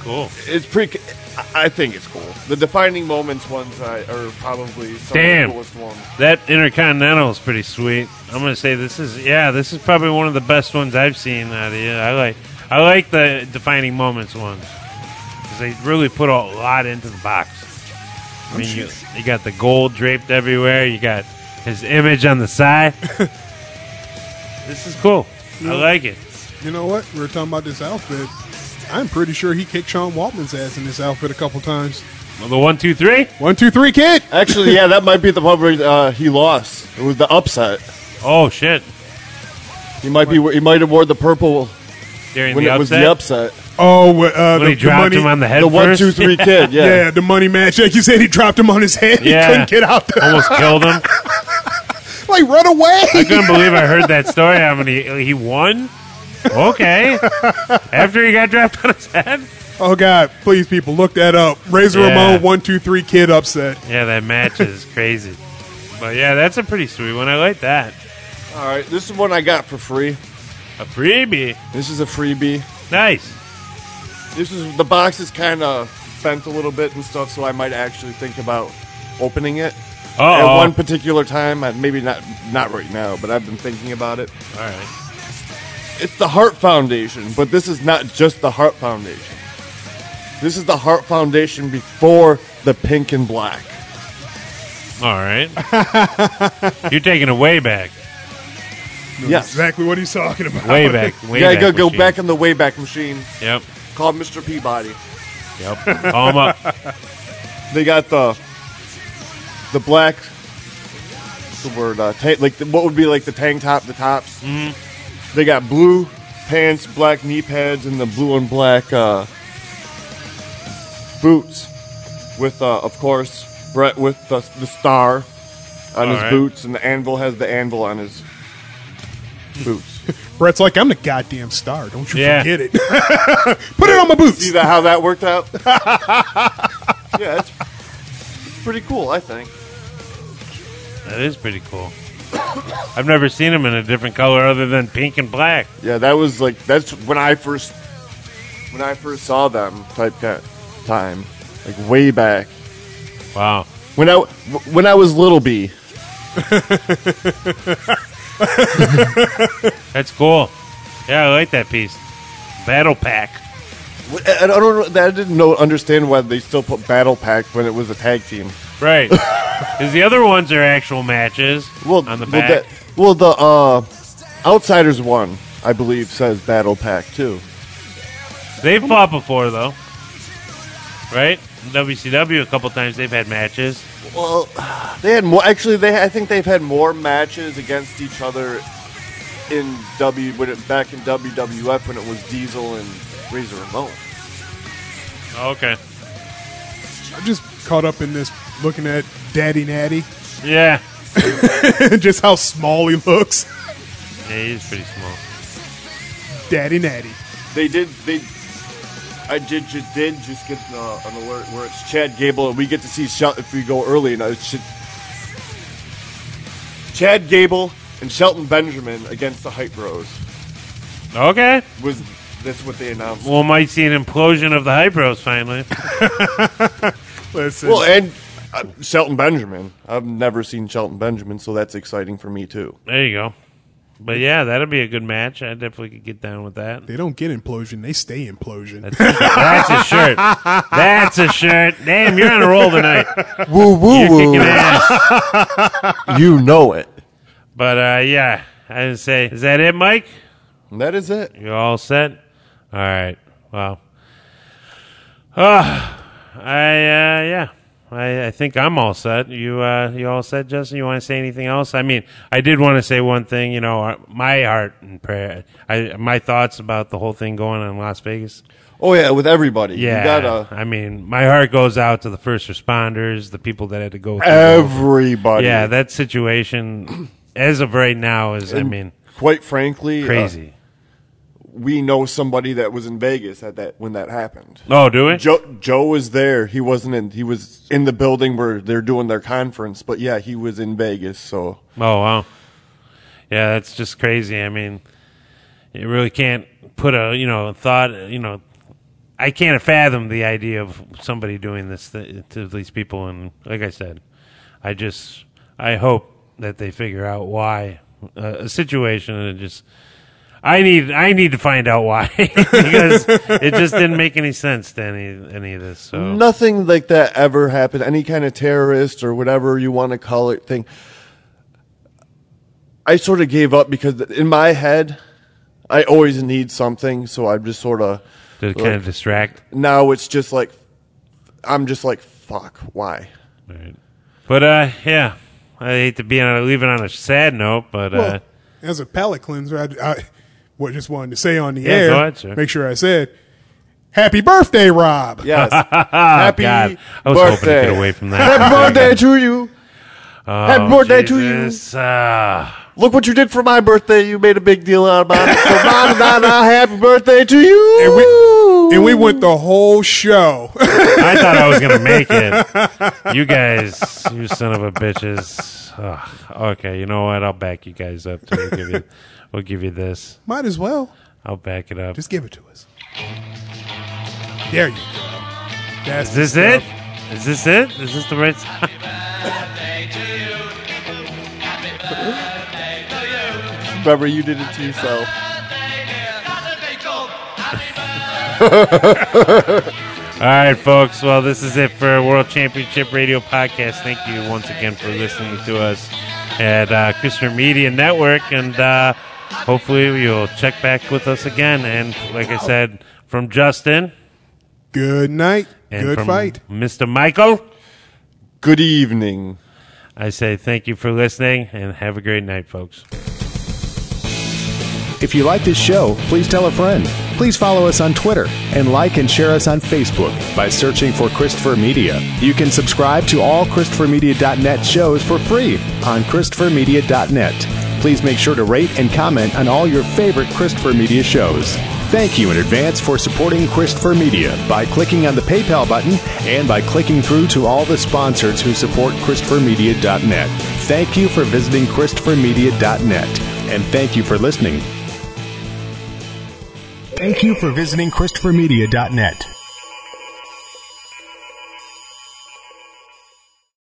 B: Cool.
D: It's pretty. c- I I think it's cool. The defining moments ones I, are probably some
B: Damn.
D: of the coolest ones.
B: That Intercontinental is pretty sweet. I'm gonna say this is yeah, this is probably one of the best ones I've seen out of you. I like I like the defining moments ones because they really put a lot into the box. I mean, you, you got the gold draped everywhere. You got his image on the
D: *laughs*
B: side. this is cool. I like it.
C: You know what? We were talking about this outfit. I'm pretty sure he kicked Sean Waltman's ass in this outfit a couple times.
B: Well, the one, two, three.
C: One, two, three, kick.
D: Actually, yeah, that might be the one where uh, he lost. It was the upset.
B: Oh shit!
D: He might be. He might have wore the purple
B: During
D: when it
B: the upset,
D: was the upset.
C: Oh, uh,
B: when
C: the,
B: he
C: the
B: dropped
C: money.
B: him on the head
D: the one
B: first,
D: two three kid.
C: yeah.
D: Yeah.
C: the money match. Like you said, he dropped him on his head. *laughs*
B: Yeah.
C: He couldn't get out.
B: *laughs*
C: The,
B: almost killed him.
C: like run away.
B: I couldn't believe I heard that story. How many he won? Okay. After he got dropped on his head.
C: Oh God! Please, people, look that up. Razor
B: Yeah.
C: Ramon, one, two, three, kid upset.
B: Yeah, that match is crazy. But yeah, that's a pretty sweet one. I like that.
D: All right, this is one I got for free.
B: A freebie.
D: This is a freebie.
B: Nice.
D: This is the box is kind of bent a little bit and stuff, so I might actually think about opening it
B: Oh,
D: at
B: all
D: one particular time. I, maybe not not right now, but I've been thinking about it.
B: right.
D: It's the Heart Foundation, but this is not just the Heart Foundation. This is the Heart Foundation before the pink and black.
B: All right. You're taking it way back.
D: Yes.
C: exactly what he's talking about. *laughs*
B: Way back. Way
D: You gotta
B: back.
D: go, go
B: machine.
D: back in the Wayback Machine
B: Yep.
D: called Mr. Peabody.
B: Yep. Call him up.
D: They got the the black. what's the word uh, ta- like the, what would be like the tank top, the tops. Mm-hmm. They got blue pants, black knee pads, and the blue and black uh, boots. With uh, of course Brett with the, the star on his
B: Alright.
D: boots, and the anvil has the anvil on his boots.
C: Brett's like, I'm the goddamn star. Don't you
B: Yeah.
C: forget it. *laughs* Put it on my boots.
D: See that how that worked out? yeah, it's pretty cool. I think.
B: That is pretty cool. I've never seen him in a different color other than pink and black.
D: Yeah, that was like that's when I first when I first saw them type cat time, like way back
B: Wow.
D: when I when I was little B.
B: That's cool. Yeah, I like that piece. Battle pack.
D: I I don't know. that- I didn't know understand why they still put Battle Pack when it was a tag team.
B: *laughs* Right. Because the other ones are actual matches
D: Well,
B: on the
D: well,
B: back.
D: that- well, the uh, Outsiders one, I believe, says Battle Pack too.
B: They've fought before, though. Right? In WCW, a couple times they've had matches.
D: Well, they had more. Actually, they I think they've had more matches against each other in W when it, back in WWF when it was Diesel and Razor Ramon.
B: Oh, Okay.
C: I'm just caught up in this looking at Daddy Natty *laughs*
B: Yeah.
C: and just how small he looks.
B: Yeah, he's pretty small.
C: Daddy Natty.
D: They did. They. I did. Just did just get uh, an alert where it's Chad Gable, and we get to see Shawn if we go early. And it's Ch- Chad Gable and Shelton Benjamin against the Hype Bros.
B: Okay.
D: Was that's what they announced?
B: Well, might see an implosion of the Hypros finally.
C: Listen,
D: Well, and uh, Shelton Benjamin. I've never seen Shelton Benjamin, so that's exciting for me too.
B: There you go. But yeah, that'd be a good match. I definitely could get down with that.
C: they don't get implosion; they stay implosion.
B: That's a *laughs* shirt. That's a shirt. Damn, you're on a roll tonight.
D: Woo woo
B: You're kicking ass.
D: *laughs* You know it.
B: But uh, yeah, I would say, is that it, Mike?
D: And that is it.
B: You all set? All right. Well, uh, I uh, yeah. I, I think I'm all set. You uh, you all set, Justin? You want to say anything else? I mean, I did want to say one thing. You know, uh, my heart and prayer, I, my thoughts about the whole thing going on in Las Vegas.
D: Oh yeah, with everybody.
B: Yeah,
D: You gotta
B: I mean, my heart goes out to the first responders, the people that had to go. through
D: everybody.
B: yeah, that situation as of right now is, I mean,
D: Quite frankly, uh,
B: crazy.
D: we know somebody that was in Vegas at that when that happened.
B: oh, do it?
D: Joe Joe was there. He wasn't in. He was in the building where they're doing their conference. But yeah, he was in Vegas. So
B: Oh wow, yeah, that's just crazy. I mean, you really can't put a you know thought you know. I can't fathom the idea of somebody doing this th- to these people, and like I said, I just I hope that they figure out why uh, a situation and just I need I need to find out why *laughs* because it just didn't make any sense to any any of this. So
D: nothing like that ever happened. Any kind of terrorist or whatever you want to call it thing. I sort of gave up because in my head, I always need something. So I'm just sort of
B: to kind of distract.
D: now it's just like I'm just like fuck. Why?
B: Right. But uh, yeah, I hate to be on a, leaving on a sad note, but uh,
C: *laughs* Well, as a palate cleanser, I, I what just wanted to say on the
B: Yeah,
C: air.
B: go ahead, sir.
C: Make sure I said, "Happy birthday, Rob."
B: *laughs*
D: Yes. Happy
B: Oh, God, I was hoping to
D: birthday.
B: get away from that. *laughs* Oh,
D: Happy birthday to you. Happy birthday to you.
B: to you. Uh,
D: Look what you did for my birthday. You made a big deal out about it. So, na, na, na, happy birthday to you.
C: And we, and we went the whole show. *laughs*
B: I thought I was gonna make it. You guys, you son of a bitches. Ugh, okay, you know what? I'll back you guys up. Too. We'll give you, we'll give you this.
C: Might as well
B: I'll back it up.
C: just give it to us. There you go. That's
B: Is this it? Is this it? Is this the right song?
D: Remember, you did it to yourself.
B: All right, folks. Well, this is it for World Championship Radio Podcast. Thank you once again for listening to us at uh, Christian Media Network, and uh, hopefully you'll check back with us again. And like I said, from Justin
C: Good night.
B: and
C: Good
B: from
C: fight.
B: Mr. Michael,
D: Good evening.
B: I say thank you for listening, and have a great night, folks.
A: If you like this show, please tell a friend. Please follow us on Twitter and like and share us on Facebook by searching for Christopher Media. You can subscribe to all ChristopherMedia.net shows for free on ChristopherMedia.net. Please make sure to rate and comment on all your favorite Christopher Media shows. Thank you in advance for supporting Christopher Media by clicking on the PayPal button and by clicking through to all the sponsors who support ChristopherMedia.net. Thank you for visiting ChristopherMedia.net and thank you for listening. Thank you for visiting ChristopherMedia.net.